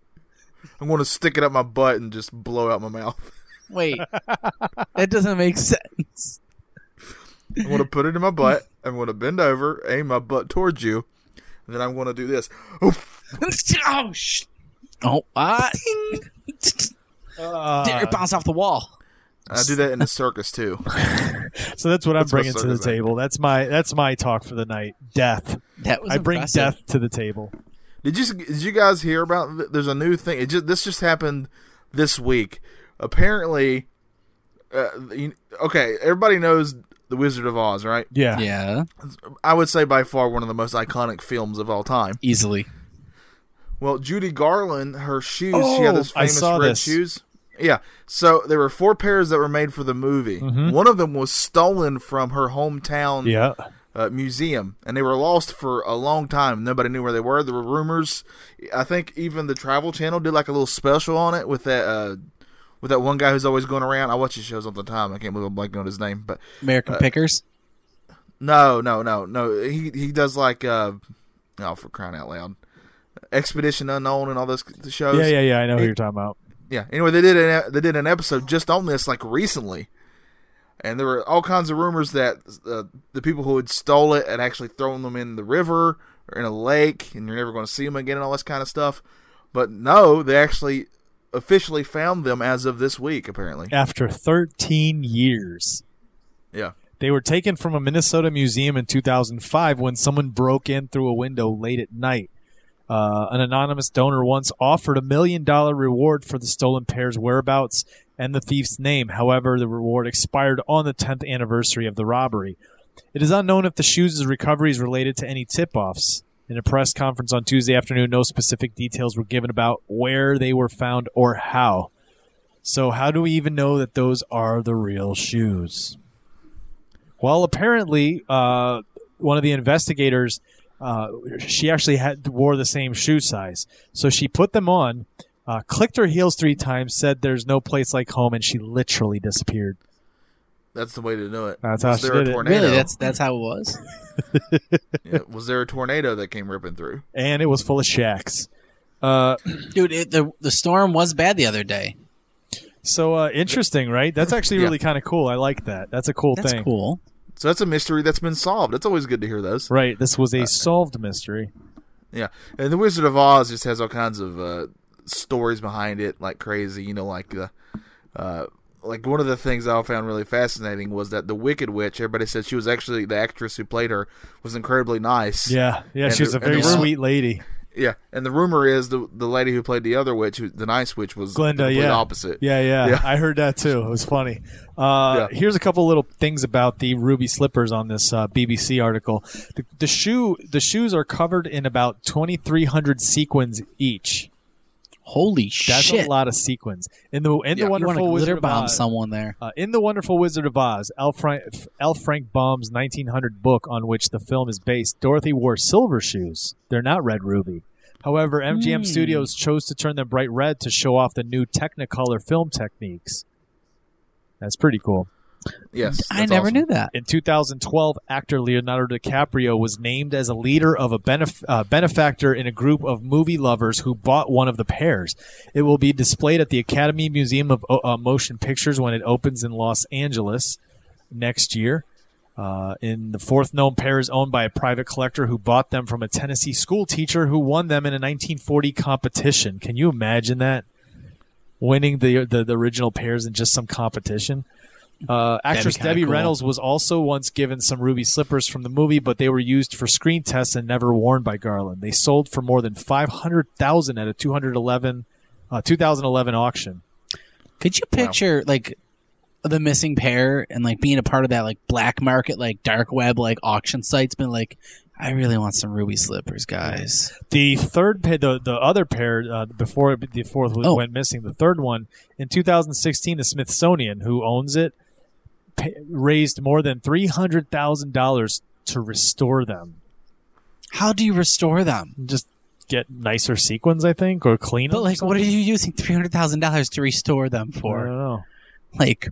I'm gonna stick it up my butt and just blow out my mouth.
Wait, that doesn't make sense.
I'm gonna put it in my butt. I'm gonna bend over, aim my butt towards you, and then I'm gonna do this. Oof.
oh sh! Oh, ah!
Uh,
Did it bounce off the wall?
I do that in the circus too.
So that's what I'm
That's what
bringing to the
circus act.
table. That's my that's my talk for the night. Death.
That was
I bring
impressive.
death to the table.
Did you did you guys hear about? th- There's a new thing. It just this just happened this week. Apparently, uh, you- okay. Everybody knows the Wizard of Oz, right?
Yeah.
Yeah,
I would say by far one of the most iconic films of all time.
easily.
Well, Judy Garland, her shoes, she had those
Oh, I
famous
saw
red
this.
shoes. Yeah. So there were four pairs that were made for the movie. One of them was stolen from her hometown
Mm-hmm. Yeah.
uh, museum, and they were lost for a long time. Nobody knew where they were. There were rumors. I think even the Travel Channel did like a little special on it with that uh, with that one guy who's always going around. I watch his shows all the time. I can't believe I'm blanking on his name, but
American Pickers.
no, no, no, no. He he does like uh, Oh, for crying out loud! Expedition Unknown and all those shows.
Yeah, yeah, yeah. I know who you're talking about.
yeah. Anyway, they did an, e, they did an episode just on this like recently, and there were all kinds of rumors that uh, the people who had stole it had actually thrown them in the river or in a lake, and you're never going to see them again, and all this kind of stuff. But no, they actually officially found them as of this week, apparently.
After 13 years.
Yeah.
They were taken from a Minnesota museum in 2005 when someone broke in through a window late at night. Uh, an anonymous donor once offered a million dollar reward for the stolen pair's whereabouts and the thief's name. However, the reward expired on the 10th anniversary of the robbery. It is unknown if the shoes' recovery is related to any tip offs. In a press conference on Tuesday afternoon, no specific details were given about where they were found or how. So, how do we even know that those are the real shoes? Well, apparently, uh, one of the investigators, uh, she actually had wore the same shoe size, so she put them on, uh, clicked her heels three times, said "There's no place like home," and she literally disappeared.
That's the way to do it.
That's how
was
she
there a
did it.
tornado?
Really, that's that's how it was.
Yeah, was there a tornado that came ripping through?
And it was full of shacks. Uh,
Dude, it, the the storm was bad the other day.
so uh, interesting, right? That's actually
Yeah.
really kind of cool. I like that. That's a cool
That's
thing,
cool.
So that's a mystery that's been solved. It's always good to hear those.
right? This was
Uh,
a solved mystery.
Yeah, and the Wizard of Oz just has all kinds of uh, stories behind it, like crazy. You know, like the uh, like one of the things I found really fascinating was that the Wicked Witch. Everybody said she was actually the actress who played her was incredibly nice.
Yeah, yeah.
And
she was
the-
a very
and the-
sweet lady,
yeah. And the rumor is the the lady who played the other witch, who, the nice witch, was the
Glinda.
complete
Yeah,
opposite.
Yeah, yeah,
Yeah.
I heard that too. It was funny. Uh,
Yeah.
Here's a couple little things about the ruby slippers on this uh, BBC article. The, the shoe, the shoes are covered in about 2,300 sequins each.
Holy
That's
shit!
a lot of sequins. In the in
Yeah.
the
You
you want to
wonderful
glitter
Wizard of
bomb
Oz,
someone there.
uh, in the Wonderful Wizard of Oz, L. Frank, L. Frank Baum's 1900 book on which the film is based, Dorothy wore silver shoes. They're not red ruby. However, MGM
Hmm.
Studios chose to turn them bright red to show off the new Technicolor film techniques. That's pretty cool.
Yes,
I
that's
never
awesome.
knew that.
In 2012, actor Leonardo DiCaprio was named as a leader of a benef- uh, benefactor in a group of movie lovers who bought one of the pairs. It will be displayed at the Academy Museum of o- uh, Motion Pictures when it opens in Los Angeles next year. Uh, in the fourth known pair is owned by a private collector who bought them from a Tennessee school teacher who won them in a 1940 competition. Can you imagine that? Winning the the, the original pairs in just some competition. Uh, actress
kinda
Debbie
cool.
Reynolds was also once given some ruby slippers from the movie, but they were used for screen tests and never worn by Garland. They sold for more than five hundred thousand at a 211, uh, 2011 auction.
Could you picture like the missing pair and like being a part of that like black market, like dark web, like auction sites? Been like, I really want some ruby slippers, guys.
The third pair, the, the other pair, uh, before the fourth was-
Oh.
went missing, the third one, in 2016, the Smithsonian, who owns it, pa raised more than $300,000 to restore them.
How do you restore them?
Just get nicer sequins, I think, or clean
But
them.
like, what are you using three hundred thousand dollars to restore them
I
for?
don't know.
Like,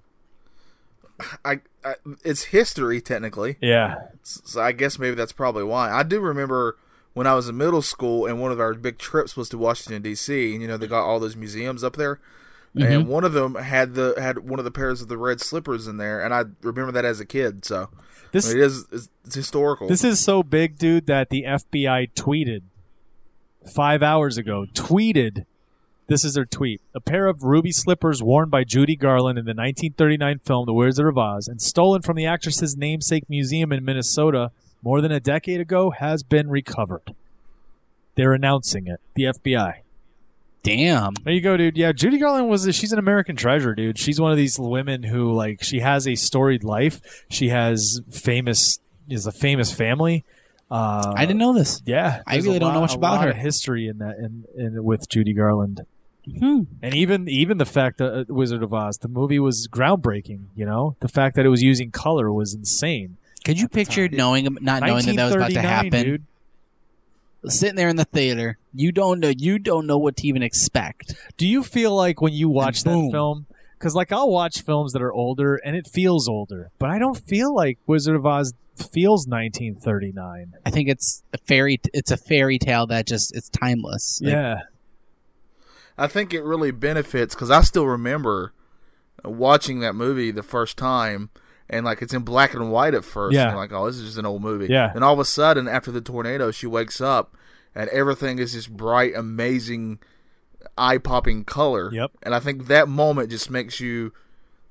I, I it's history technically.
Yeah.
So I guess maybe that's probably why. I do remember when I was in middle school, and one of our big trips was to Washington D.C. And you know they got all those museums up there,
Mm-hmm.
and one of them had the had one of the pairs of the red slippers in there, and I remember that as a kid. So
This,
it is it's, it's historical.
This is so big, dude, that the FBI tweeted five hours ago. Tweeted, this is their tweet: a pair of ruby slippers worn by Judy Garland in the 1939 film *The Wizard of Oz* and stolen from the actress's namesake museum in Minnesota more than a decade ago has been recovered. They're announcing it. The FBI.
damn.
There you go, dude. Yeah, Judy Garland was she's an American treasure, dude. She's one of these women who like she has a storied life. She has famous is a famous family. Uh,
I didn't know this.
Yeah,
I
there's a
really don't know
lot-
much
a
about
lot
her.
of history in that in, in with Judy Garland,
Hmm.
and even even the fact that uh, Wizard of Oz, the movie was groundbreaking. You know, the fact that it was using color was insane.
Could you picture knowing, not knowing that that was about to
1939,
happen?
dude.
Sitting there in the theater, you don't know, you don't know what to even expect.
Do you feel like when you watch that
boom.
film because like I'll watch films that are older and it feels older, but I don't feel like Wizard of Oz feels 1939.
I think it's a fairy. It's a fairy tale that just it's timeless. Like,
yeah,
I think it really benefits because I still remember watching that movie the first time, and like it's in black and white at first.
Yeah.
and you're like, oh, this is just an old movie.
Yeah.
And all of a sudden, after the tornado, she wakes up, and everything is this bright, amazing, eye-popping color.
Yep.
And I think that moment just makes you,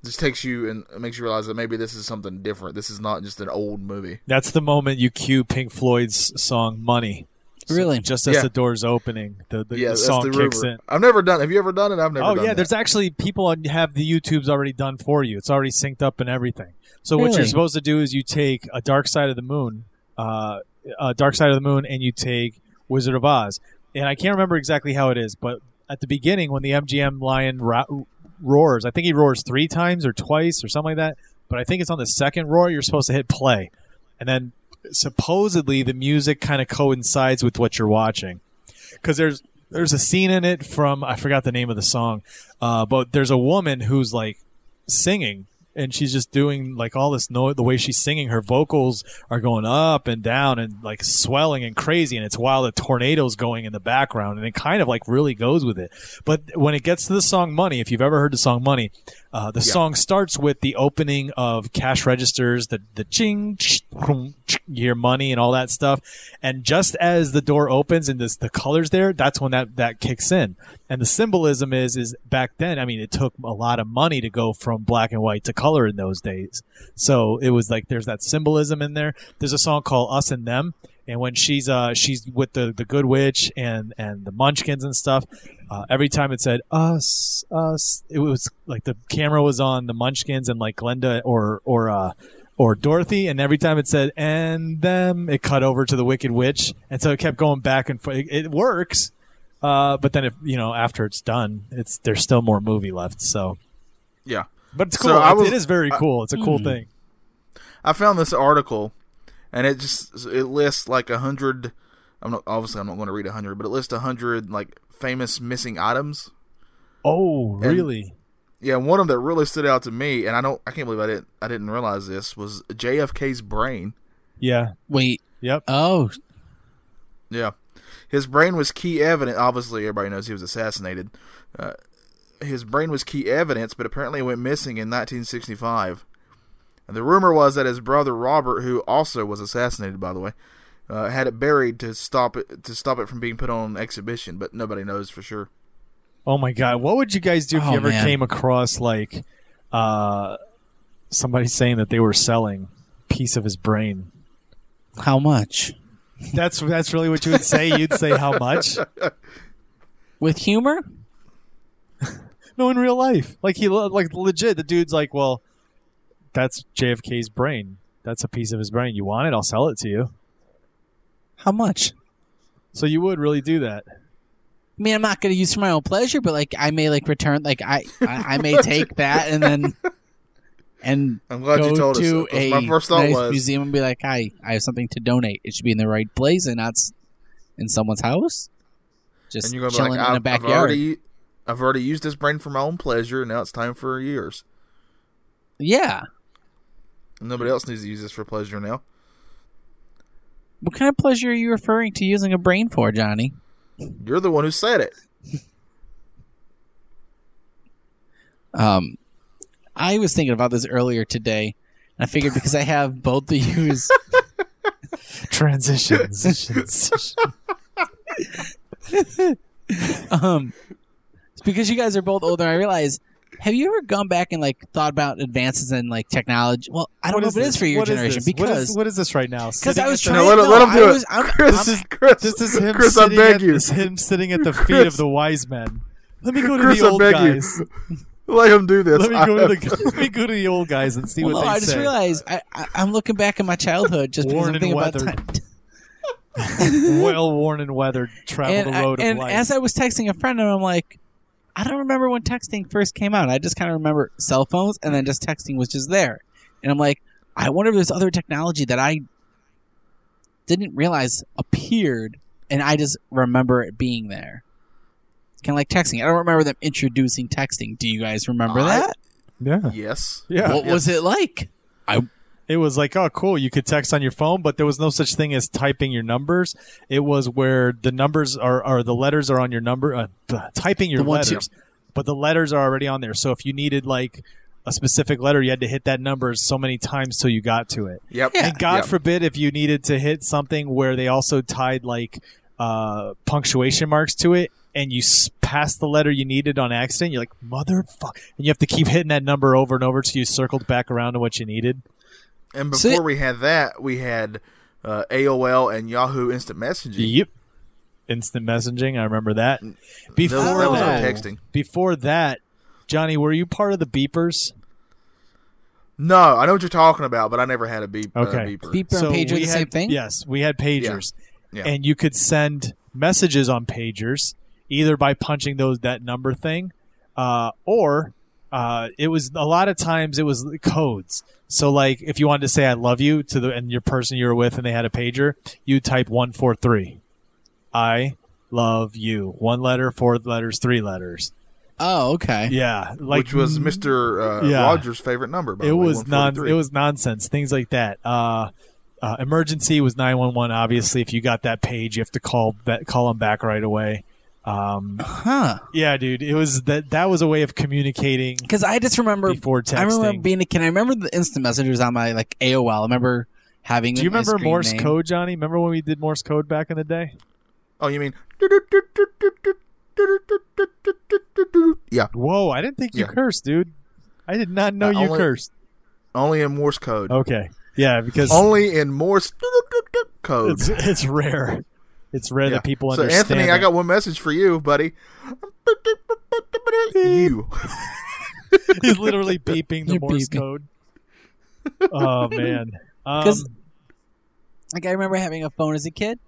just takes you and makes you realize that maybe this is something different. This is not just an old movie.
that's the moment you cue Pink Floyd's song "Money."
Really?
just as
Yeah.
the door's opening, the, the, the
that's
song kicks
rumor.
in.
I've never done. Have you ever done it? I've never.
Oh
done
yeah,
that.
there's actually people on have the YouTube's already done for you. It's already synced up and everything. So what you're
Really?
supposed to do is you take a Dark Side of the Moon, uh, uh, Dark Side of the Moon, and you take Wizard of Oz. And I can't remember exactly how it is, but at the beginning when the MGM lion ro- roars, I think he roars three times or twice or something like that. But I think it's on the second roar you're supposed to hit play, and then supposedly the music kind of coincides with what you're watching because there's there's a scene in it from I forgot the name of the song, uh, but there's a woman who's like singing and she's just doing like all this noise. The way she's singing, her vocals are going up and down and like swelling and crazy, and it's while the tornado's going in the background, and it kind of like really goes with it. But when it gets to the song "Money," if you've ever heard the song "Money," uh, the song starts with the opening of cash registers, the the ching, ch- vroom, ch- you hear money and all that stuff. And just as the door opens and this the colors there, that's when that that kicks in. And the symbolism is is back then. I mean, it took a lot of money to go from black and white to color in those days. So it was like there's that symbolism in there. There's a song called "Us and Them." And when she's uh she's with the the Good Witch and and the Munchkins and stuff, uh, every time it said us us, it was like the camera was on the Munchkins and like Glenda or or uh or Dorothy, and every time it said and them, it cut over to the Wicked Witch, and so it kept going back and forth. It, it works, uh, but then if you know after it's done, it's there's still more movie left. So,
Yeah.
but it's
So
cool.
I
It's-
was-
it is very cool. It's a
Hmm.
cool thing.
I found this article, and it just it lists like a hundred. I'm not obviously I'm not going to read a hundred, but it lists a hundred like famous missing items.
Oh,
And-
really?
Yeah, one of them that really stood out to me, and I don't I can't believe I didn't I didn't realize this was JFK's brain.
Yeah.
wait.
Yep.
Oh,
Yeah, his brain was key evidence. Obviously, everybody knows he was assassinated. Uh, his brain was key evidence, but apparently went missing in 1965. And the rumor was that his brother Robert, who also was assassinated, by the way, uh, had it buried to stop it to stop it from being put on exhibition. But nobody knows for sure.
Oh my god, what would you guys do if
Oh,
you ever
man.
came across like uh, somebody saying that they were selling a piece of his brain?
how much?
That's that's really what you would say. You'd say how much?
With humor?
No, in real life, like he lo- like legit. The dude's like, well, that's JFK's brain. That's a piece of his brain. You want it? I'll sell it to you.
How much?
So you would really do that?
I mean, I'm not going to use for my own pleasure, but like I may like return. Like I, I, I may take that and then and
I'm glad
go
you told us.
to
that, 'cause
a
my first thought
nice
was
museum and be like, "Hi, I have something to donate. It should be in the right place and not s- in someone's house. Just
and you're gonna
chilling
be like,
in the
I've, I've
backyard."
already, I've already used this brain for my own pleasure, and now it's time for yours.
Yeah.
Nobody else needs to use this for pleasure now.
What kind of pleasure are you referring to using a brain for, Johnny?
You're the one who said it.
Um, I was thinking about this earlier today. and I figured because I have both the U's,
Transitions.
um, it's because you guys are both older. I realize. Have you ever gone back and like thought about advances in like technology? Well, I don't know if it is for your
What is
generation
this? What is-
because
what is this right now?
because
Sitting
I was
at
trying.
No, let,
no,
him- let him
I
do it.
was- I'm-
Chris,
I'm-
Chris,
This is him.
Chris, I
sitting
beg
at,
you.
This is him sitting at the feet of
Chris.
the wise men. Let me go to
Chris,
the
I
old
beg
guys.
you. Let him do this.
Let me
I-
go to the. let me go to the old guys and see
Well,
what
no,
they
I
say.
just realized I, I, I'm looking back at my childhood just because
Worn and
I'm thinking about
weathered.
time.
well worn and weathered, travel
And,
the road
I, and
of life.
as I was texting a friend, and I'm like, I don't remember when texting first came out. I just kind of remember cell phones, and then just texting was just there. And I'm like, I wonder if there's other technology that I didn't realize appeared, and I just remember it being there. It's kind of like texting. I don't remember them introducing texting. Do you guys remember
I-
that?
Yeah.
Yes.
Yeah.
what was it like?
It was like, oh, cool. You could text on your phone, but there was no such thing as typing your numbers. It was where the numbers are, or the letters are on your number, uh, th- typing your
The ones you-
letters, but the letters are already on there. So if you needed like a specific letter, you had to hit that number so many times till you got to it.
Yep.
Yeah.
And God
Yep.
forbid if you needed to hit something where they also tied like uh, punctuation marks to it and you s- passed the letter you needed on accident, you're like, motherfucker. And you have to keep hitting that number over and over till you circled back around to what you needed.
And
So-
before we had that, we had uh, AOL and Yahoo Instant Messaging.
Yep. Instant messaging. I remember that.
Those, that was
Before,
Oh.
our texting.
before that, Johnny, were you part of the beepers?
No, I know what you're talking about, but I never had a beep. Uh,
Okay.
beeper.
Beeper and pager
we
the
had,
same thing?
Yes, we had pagers,
Yeah.
and you could send messages on pagers either by punching those that number thing, uh, or uh, it was a lot of times it was codes. So like if you wanted to say "I love you" to the and your person you were with and they had a pager, you type one four three, I love you. One letter, four letters, three letters.
Oh, okay.
Yeah, like mm,
which was Mr. Uh,
yeah.
Rogers' favorite number. By
it
the way,
was non
143.
it was nonsense things like that uh, uh emergency was 911 obviously if you got that page you have to call that call them back right away um
Huh.
yeah dude it was that that was a way of communicating
Because I just remember.
before texting
I remember being. Can I remember the instant messengers on my like AOL? I remember having.
do
it
you
in my
remember
screen
Morse
name.
code, Johnny? Remember when we did Morse code back in the day?
Oh, you mean? Yeah,
Whoa, I didn't think you
Yeah.
cursed, dude. I did not know
Uh,
you
only-
cursed.
only in Morse code.
Okay, yeah, because
Only in Morse code.
Oh, it's, it's rare. It's rare
Yeah.
that people
so
understand.
Anthony, I
that.
got one message for you, buddy. You.
He's literally beeping the
You're
Morse
beeping.
code. Oh man. Um,
'Cause- Like I remember having a phone as a kid,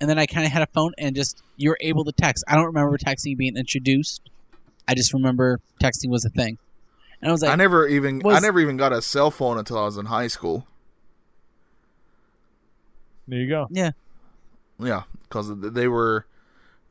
and then I kind of had a phone and just you were able to text. I don't remember texting being introduced. I just remember texting was a thing, and I was like,
I never even I
was-
never even got a cell phone until I was in high school.
there you go.
yeah,
Yeah, because they were.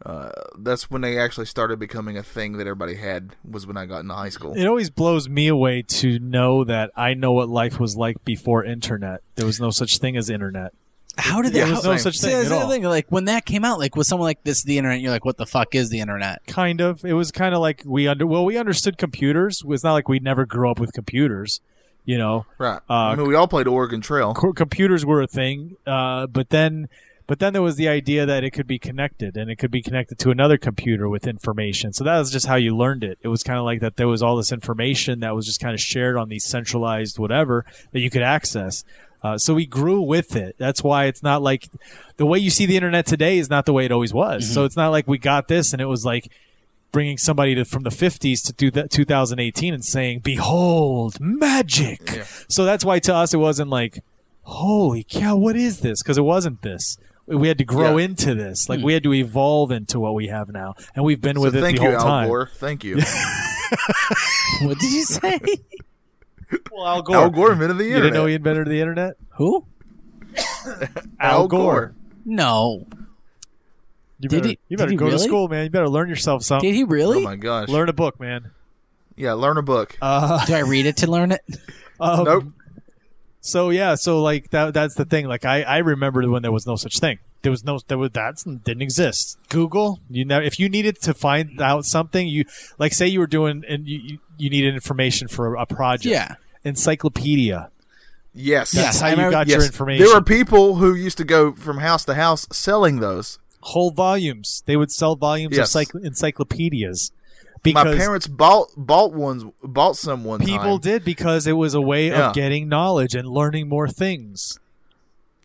Uh, that's when they actually started becoming a thing that everybody had. Was when I got into high school.
It always blows me away to know that I know what life was like before internet. There was no such thing as internet.
how did
There
Yeah, it
that? How,
was no
same.
such
See,
thing
that's
at
the
all.
thing. Like when that came out, like was someone like this is the internet? You're like, what the fuck is the internet?
Kind of. It was kind of like we under well, we understood computers. It's not like we never grew up with computers, you know.
Right.
Uh,
I mean, we all played Oregon Trail.
co- computers were a thing, uh, but then but then there was the idea that it could be connected and it could be connected to another computer with information. So that was just how you learned it. It was kind of like that there was all this information that was just kind of shared on these centralized whatever that you could access. Uh, so we grew with it. That's why it's not like the way you see the internet today is not the way it always was. So it's not like we got this and it was like bringing somebody to, from the 50s to do that 2018 and saying, "Behold, magic."
Yeah.
So that's why to us it wasn't like, "Holy cow, what is this?" Because it wasn't this. We had to grow
Yeah.
into this.
Hmm.
Like we had to evolve into what we have now, and we've been
So
with it
thank
the
you,
whole
Al
time.
Gore. Thank you.
what did you say?
Well, Al Gore.
Al Gore invented the
You
internet.
didn't know he invented the internet?
Who?
Al,
Al Gore.
No.
You
Did
better,
he-
you
did
better
he
go to
really?
school, man. You better learn yourself something.
Did he
Oh
really?
my gosh.
Learn a book, man.
yeah, learn a book.
Uh,
Did I read it to learn it?
um,
nope.
So yeah, so like that that's the thing. Like I I remember when there was no such thing. There was no there was that didn't exist. Google, you know, if you needed to find out something, you like say you were doing and you you- you needed information for a, a project.
Yeah.
Encyclopedia.
Yes.
Yes,
That's how
I
you
remember-
got your
Yes.
information.
There were people who used to go from house to house selling those.
whole volumes. They would sell volumes
Yes.
of cycl- encyclopedias because
My parents bought bought ones bought some one
people
time.
did because it was a way
Yeah.
of getting knowledge and learning more things.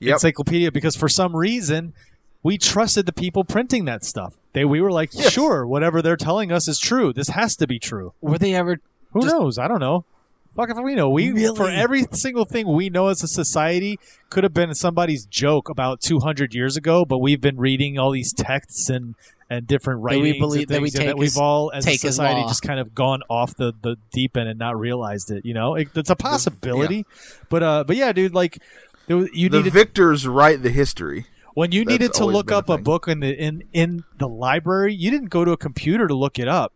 Yep.
encyclopedia because for some reason we trusted the people printing that stuff. They we were like,
Yes.
sure, whatever they're telling us is true. This has to be true.
Were they ever?
Who
Just-
knows? I don't know. Fuck if we know. We
Really?
for every single thing we know as a society could have been somebody's joke about 200 years ago, but we've been reading all these texts and and different
we
writings
believe-
and
that we
things, and
take
that we've
as-
all as a
take as
society
law.
just kind of gone off the, the deep end and not realized it. You know, it, it's a possibility, but uh, but yeah, dude, like there was- you
the
needed
victors write the history.
When you
That's
needed to
always
look
been a
up a,
thing.
book in the in, in the library, you didn't go to a computer to look it up.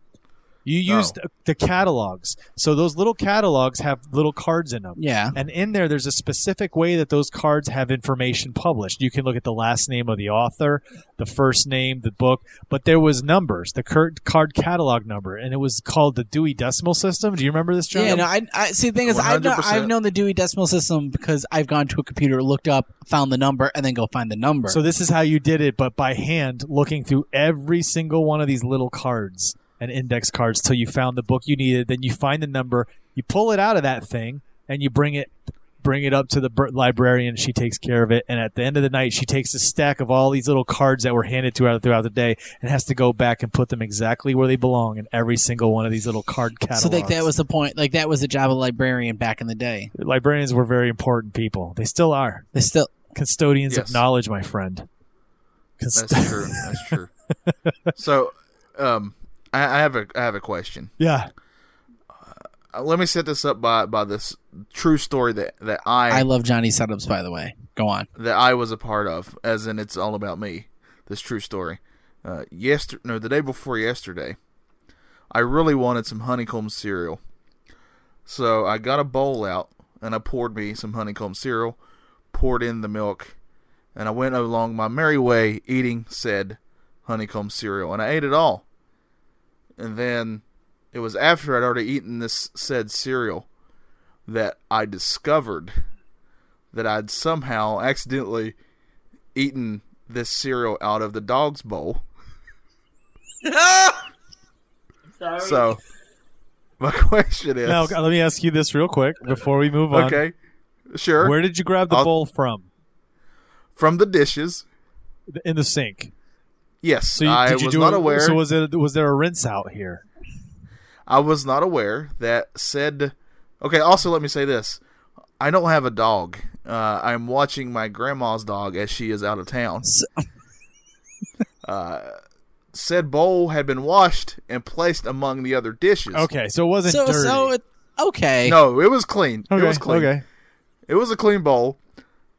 You
No.
used the catalogs. So those little catalogs have little cards in them.
Yeah.
And in there, there's a specific way that those cards have information published. You can look at the last name of the author, the first name, the book, but there was numbers, the cur- card catalog number, and it was called the Dewey Decimal System. Do you remember this, John?
Yeah, no, I, I see. The thing is, I've, kno-
100%.
I've known the Dewey Decimal System because I've gone to a computer, looked up, found the number, and then go find the number.
So this is how you did it, but by hand, looking through every single one of these little cards and index cards till you found the book you needed. Then you find the number, you pull it out of that thing, and you bring it bring it up to the br- librarian. She takes care of it, and at the end of the night, she takes a stack of all these little cards that were handed to her throughout the day and has to go back and put them exactly where they belong in every single one of these little card catalogs.
So like that was the point. Like that was the job of a librarian back in the day.
librarians were very important people. They still are
They still
custodians
Yes.
of knowledge, my friend. Cust-
That's true. That's true. so, um, I, I have a I have a question.
yeah.
Uh, let me set this up by by this true story that that
I
I,
love Johnny setups, by the way. Go on.
that I was a part of, as in it's all about me. This true story. Uh, yester no, the day before yesterday, I really wanted some honeycomb cereal, so I got a bowl out and I poured me some honeycomb cereal, poured in the milk, and I went along my merry way eating said honeycomb cereal, and I ate it all. And then it was after I'd already eaten this said cereal that I discovered that I'd somehow accidentally eaten this cereal out of the dog's bowl. So, my question is
Now, let me ask you this real quick before we move on.
okay, sure.
Where did you grab the
I'll-
bowl from?
From the dishes.
In the sink.
Yes,
So you,
I
did you
was
do
not
a-
aware.
So was it was there a rinse out here?
I was not aware that said. Okay, also let me say this: I don't have a dog. Uh, I'm watching my grandma's dog as she is out of town.
S-
uh, said bowl had been washed and placed among the other dishes.
Okay, so it wasn't
So
dirty.
so it, okay.
No, it was clean.
okay,
it was clean.
okay.
It was a clean bowl,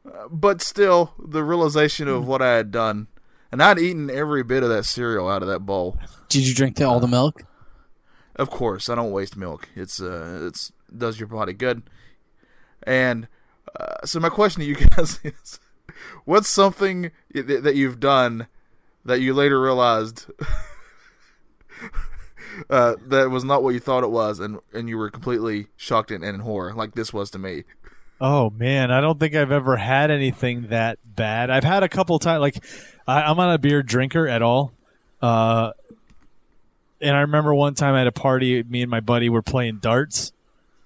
uh, but still, the realization of what I had done, and I'd eaten every bit of that cereal out of that bowl.
Did you drink the, all the milk?
Of course, I don't waste milk. It's uh, it's does your body good. And uh, so my question to you guys is, what's something i- th- that you've done that you later realized uh, that was not what you thought it was, and and you were completely shocked and, and in horror, like this was to me.
Oh man, I don't think I've ever had anything that bad. I've had a couple times. Like I, I'm not a beer drinker at all. Uh, and I remember one time at a party, me and my buddy were playing darts,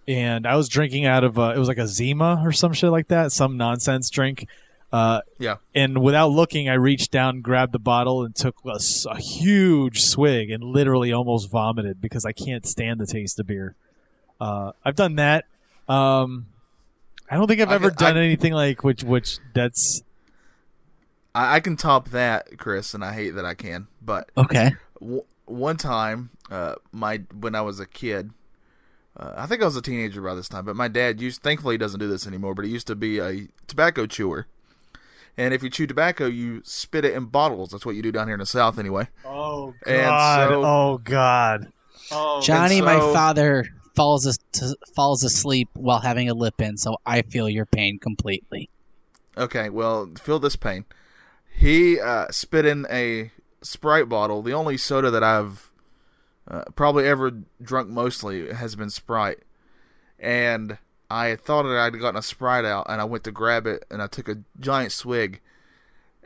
and I was drinking out of uh, it was like a Zima or some shit like that, some nonsense drink. Uh,
Yeah.
and without looking, I reached down, grabbed the bottle, and took a, s- a huge swig, and literally almost vomited because I can't stand the taste of beer. Uh, I've done that. Um, I don't think I've
I
ever
can-
done
I-
anything like which which that's
I, I can top that, Chris, and I hate that I can, but
Okay.
w- one time, uh, my when I was a kid, uh, I think I was a teenager by this time. But my dad used, thankfully, he doesn't do this anymore. But he used to be a tobacco chewer, and if you chew tobacco, you spit it in bottles. That's what you do down here in the South, anyway.
oh
And
god,
so- Oh,
oh god. Oh,
Johnny, my
so-
father falls as, to, falls asleep while having a lip in, so I feel your pain completely.
Okay, well, feel this pain. He uh, spit in a Sprite bottle. The only soda that I've uh, probably ever drunk mostly has been Sprite. And I thought that I'd gotten a Sprite out, and I went to grab it, and I took a giant swig.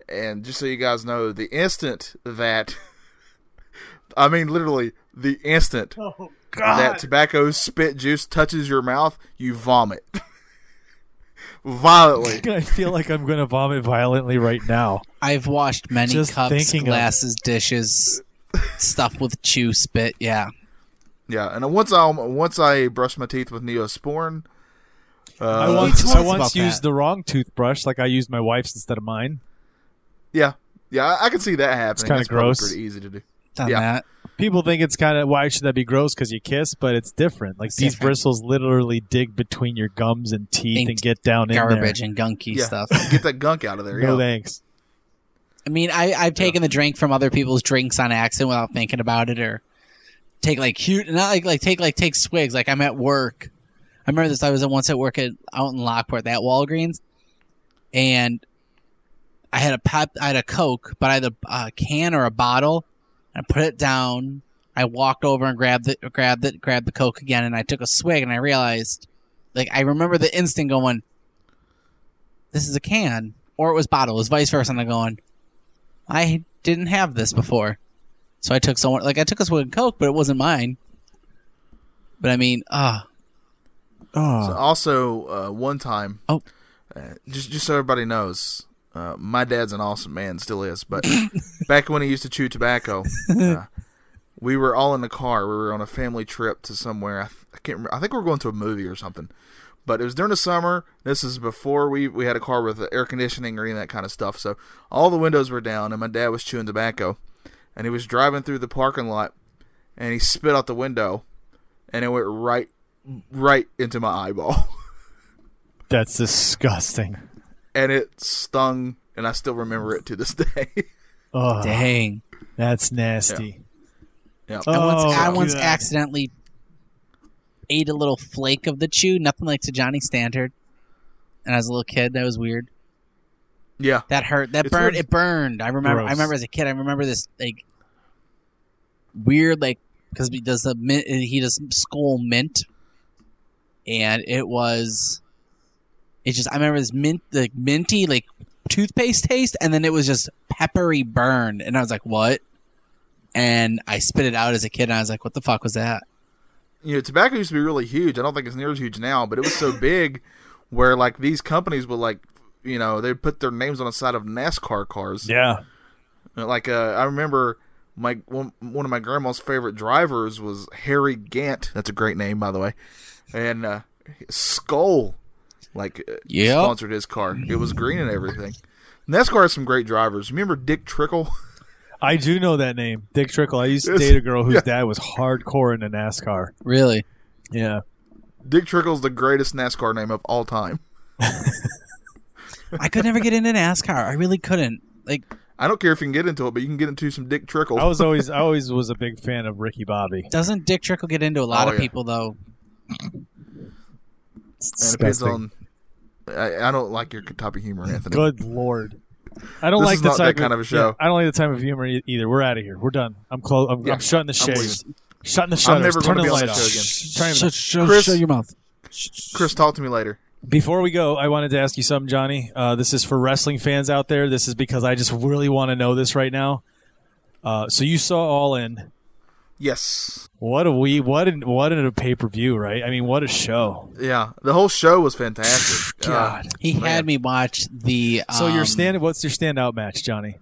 And just so you guys know, the instant that. I mean, literally, the instant
Oh,
that tobacco spit juice touches your mouth, you vomit. Violently.
I feel like I'm gonna vomit violently right now.
I've washed many
Just
cups,
thinking of-
glasses, dishes, stuff with chew spit. Yeah.
Yeah, and once I once I brushed my teeth with Neosporin,
I
uh,
once, I
talked
once
about
used
that.
the wrong toothbrush, like I used my wife's instead of mine.
yeah, yeah, I, I can see that happening.
kinda
That's probably
gross.
Pretty easy to do.
Done
Yeah.
that.
People think it's kind of why should that be gross because you kiss, but it's different. Like
It's
these
different.
bristles literally dig between your gums and teeth
Inked
and get down in
Garbage
there.
and gunky
Yeah.
stuff.
Get that gunk out of there.
No
yeah.
thanks.
I mean, I, I've taken the drink from other people's drinks on accident without thinking about it, or take like huge, not like like take like take swigs. Like I'm at work. I remember this. I was once at work at out in Lockport, that Walgreens, and I had a pop, I had a Coke, but I had a, a can or a bottle, and I put it down. I walked over and grabbed it, grabbed it, grabbed the Coke again, and I took a swig, and I realized, like, I remember the instant going, "This is a can," or it was bottle, it was vice versa, and I'm going, "I didn't have this before," so I took someone, like, I took a swig of Coke, but it wasn't mine. But I mean, ah,
Oh,
So also, uh, one time,
Oh.
uh, just just so everybody knows, uh, my dad's an awesome man, still is. But back when he used to chew tobacco, uh, we were all in the car. We were on a family trip to somewhere. I, th- I can't remember. I think we were going to a movie or something. But it was during the summer. This is before we we had a car with air conditioning or any of that kind of stuff. So all the windows were down, and my dad was chewing tobacco, and he was driving through the parking lot, and he spit out the window, and it went right right into my eyeball.
that's disgusting.
and it stung, and I still remember it to this day.
Oh,
dang.
that's nasty.
yeah.
I once,
Oh,
I once
God.
accidentally ate a little flake of the chew, nothing like to Johnny Standard. And I was a little kid, that was weird.
yeah.
That hurt. That
It's
burned.
weird.
It burned. I remember. I
Gross.
remember as a kid. I remember this like weird like because he does the mint. He does school mint, and it was. It just I remember this mint like minty like toothpaste taste, and then it was just peppery burn, and I was like, what? And I spit it out as a kid, and I was like, what the fuck was that?
You know, tobacco used to be really huge. I don't think it's near as huge now, but it was so big where, like, these companies would, like, you know, they put their names on the side of NASCAR cars.
Yeah.
Like, uh, I remember my one, one of my grandma's favorite drivers was Harry Gant. That's a great name, by the way. And uh, Skull, like, uh,
Yep.
sponsored his car. It was green and everything. NASCAR has some great drivers. Remember Dick Trickle?
I do know that name, Dick Trickle. I used to
Yes.
date a girl whose
Yeah.
dad was hardcore into NASCAR.
Really?
Yeah.
Dick Trickle's the greatest NASCAR name of all time.
I could never get into NASCAR. I really couldn't. Like
I don't care if you can get into it, but you can get into some Dick Trickle.
I was always I always was a big fan of Ricky Bobby.
Doesn't Dick Trickle get into a lot
Oh,
of
yeah.
people though?
and it depends on. I, I don't like your type of humor, Anthony.
Good lord. I don't
This
like
is
the
not
type
that kind of a show.
yeah, I don't like the type of humor e- either. We're out of here. We're done. I'm close. I'm,
Yeah,
I'm shutting the
I'm
shades. Shutting the shutters.
I'm never
Turn
going to
the
be
light
on that
off.
show again.
Turn the-
Shut, shut,
Chris-
shut your mouth.
Chris, talk to me later.
Before we go, I wanted to ask you something, Johnny. Uh, this is for wrestling fans out there. This is because I just really want to know this right now. Uh, so you saw All In.
Yes.
What a we what an what a pay per view, right? I mean, what a show.
Yeah. The whole show was fantastic. Uh,
He had me watch the. Um,
So your stand what's your standout match, Johnny?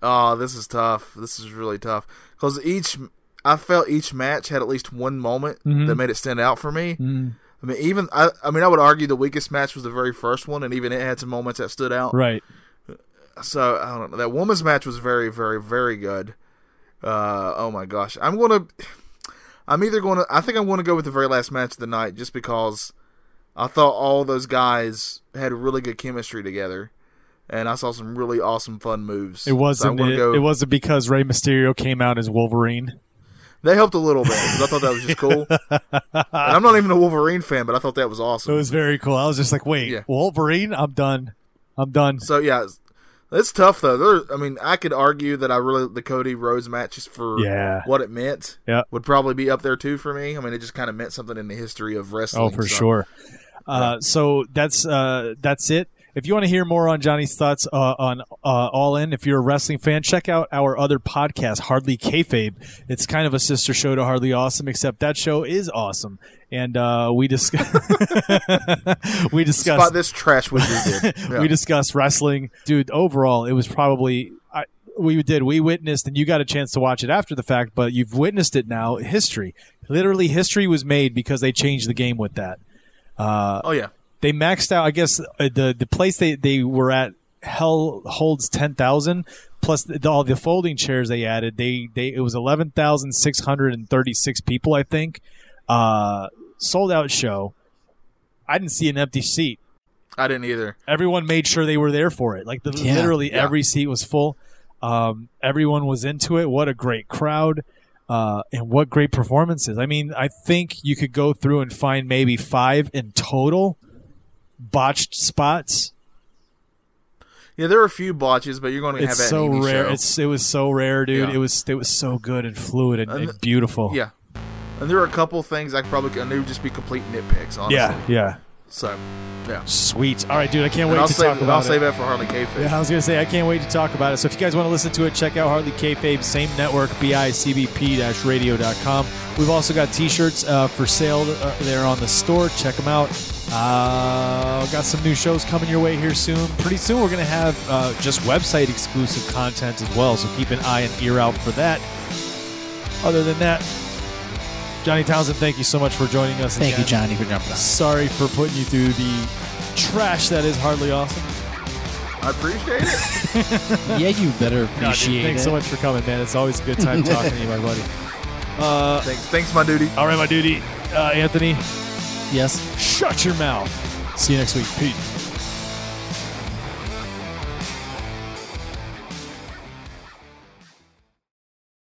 oh, this is tough. This is really tough. Because each. I felt each match had at least one moment that made it stand out for me. I mean, even I, I mean, I would argue the weakest match was the very first one, and even it had some moments that stood out.
Right.
so I don't know. That woman's match was very, very, very good. Uh, oh my gosh, I'm gonna. I'm either gonna. I think I'm gonna go with the very last match of the night, just because I thought all those guys had really good chemistry together, and I saw some really awesome, fun moves.
It wasn't
So I'm
it,
gonna go-
it wasn't because Rey Mysterio came out as Wolverine.
They helped a little bit. 'cause I thought that was just cool. and I'm not even a Wolverine fan, but I thought that was
It
awesome.
was very cool. I was just like, wait,
Yeah.
Wolverine? I'm done. I'm done.
So yeah, it's, it's tough though. There, I mean, I could argue that I really the Cody Rhodes match just for
Yeah.
what it meant.
Yeah.
would probably be up there too for me. I mean, it just kind of meant something in the history of wrestling.
Oh, for
so-
sure. Uh, So that's uh, that's it. If you want to hear more on Johnny's thoughts uh, on uh, All In, if you're a wrestling fan, check out our other podcast, Hardly Kayfabe. It's kind of a sister show to Hardly Awesome, except that show is awesome, and uh, we discuss we discuss
Spot this trash we just did. Yeah.
we discussed wrestling dude overall it was probably I, we did we witnessed and you got a chance to watch it after the fact but you've witnessed it now history literally history was made because they changed the game with that Uh,
oh yeah,
they maxed out i guess uh, the the place they they were at hell holds 10,000 plus the, all the folding chairs they added they they it was 11,636 people i think uh sold out show i didn't see an empty seat
I didn't either.
everyone made sure they were there for it. Like the,
Yeah.
literally
Yeah.
every seat was full. Um, everyone was into it. What a great crowd. Uh, and what great performances. I mean, I think you could go through and find maybe five in total botched spots.
Yeah, there were a few botches, but you're going to have
It's
that
so
in any
rare.
show.
It's it was so rare, dude.
Yeah.
It was it was so good and fluid and,
And
and beautiful.
yeah, and there were a couple things I could probably I knew would just be complete nitpicks. Honestly.
yeah, yeah.
So, yeah.
Sweet. All right, dude. I can't
And
wait
I'll
to
save
talk about
I'll
it.
save that for Harley K.
Yeah, I was gonna say I can't wait to talk about it. So if you guys want to listen to it, check out Harley Kayfabe, same network, bicbp-radio.com. We've also got T-shirts uh, for sale uh, there on the store. Check them out. Uh, got some new shows coming your way here soon. Pretty soon we're gonna have uh, just website exclusive content as well. So keep an eye and ear out for that. Other than that, Johnny Townsend, thank you so much for joining us.
Thank you,
again.
Johnny, for jumping on.
Sorry for putting you through the trash that is hardly awesome.
I appreciate it.
yeah, you
No,
better
dude,
appreciate
Thanks
it.
so much for coming, man. It's always a good time talking to you, my buddy. Uh,
Thanks, thanks, my duty.
all right, my duty. Uh, Anthony,
Yes.
shut your mouth. See you next week. Peace.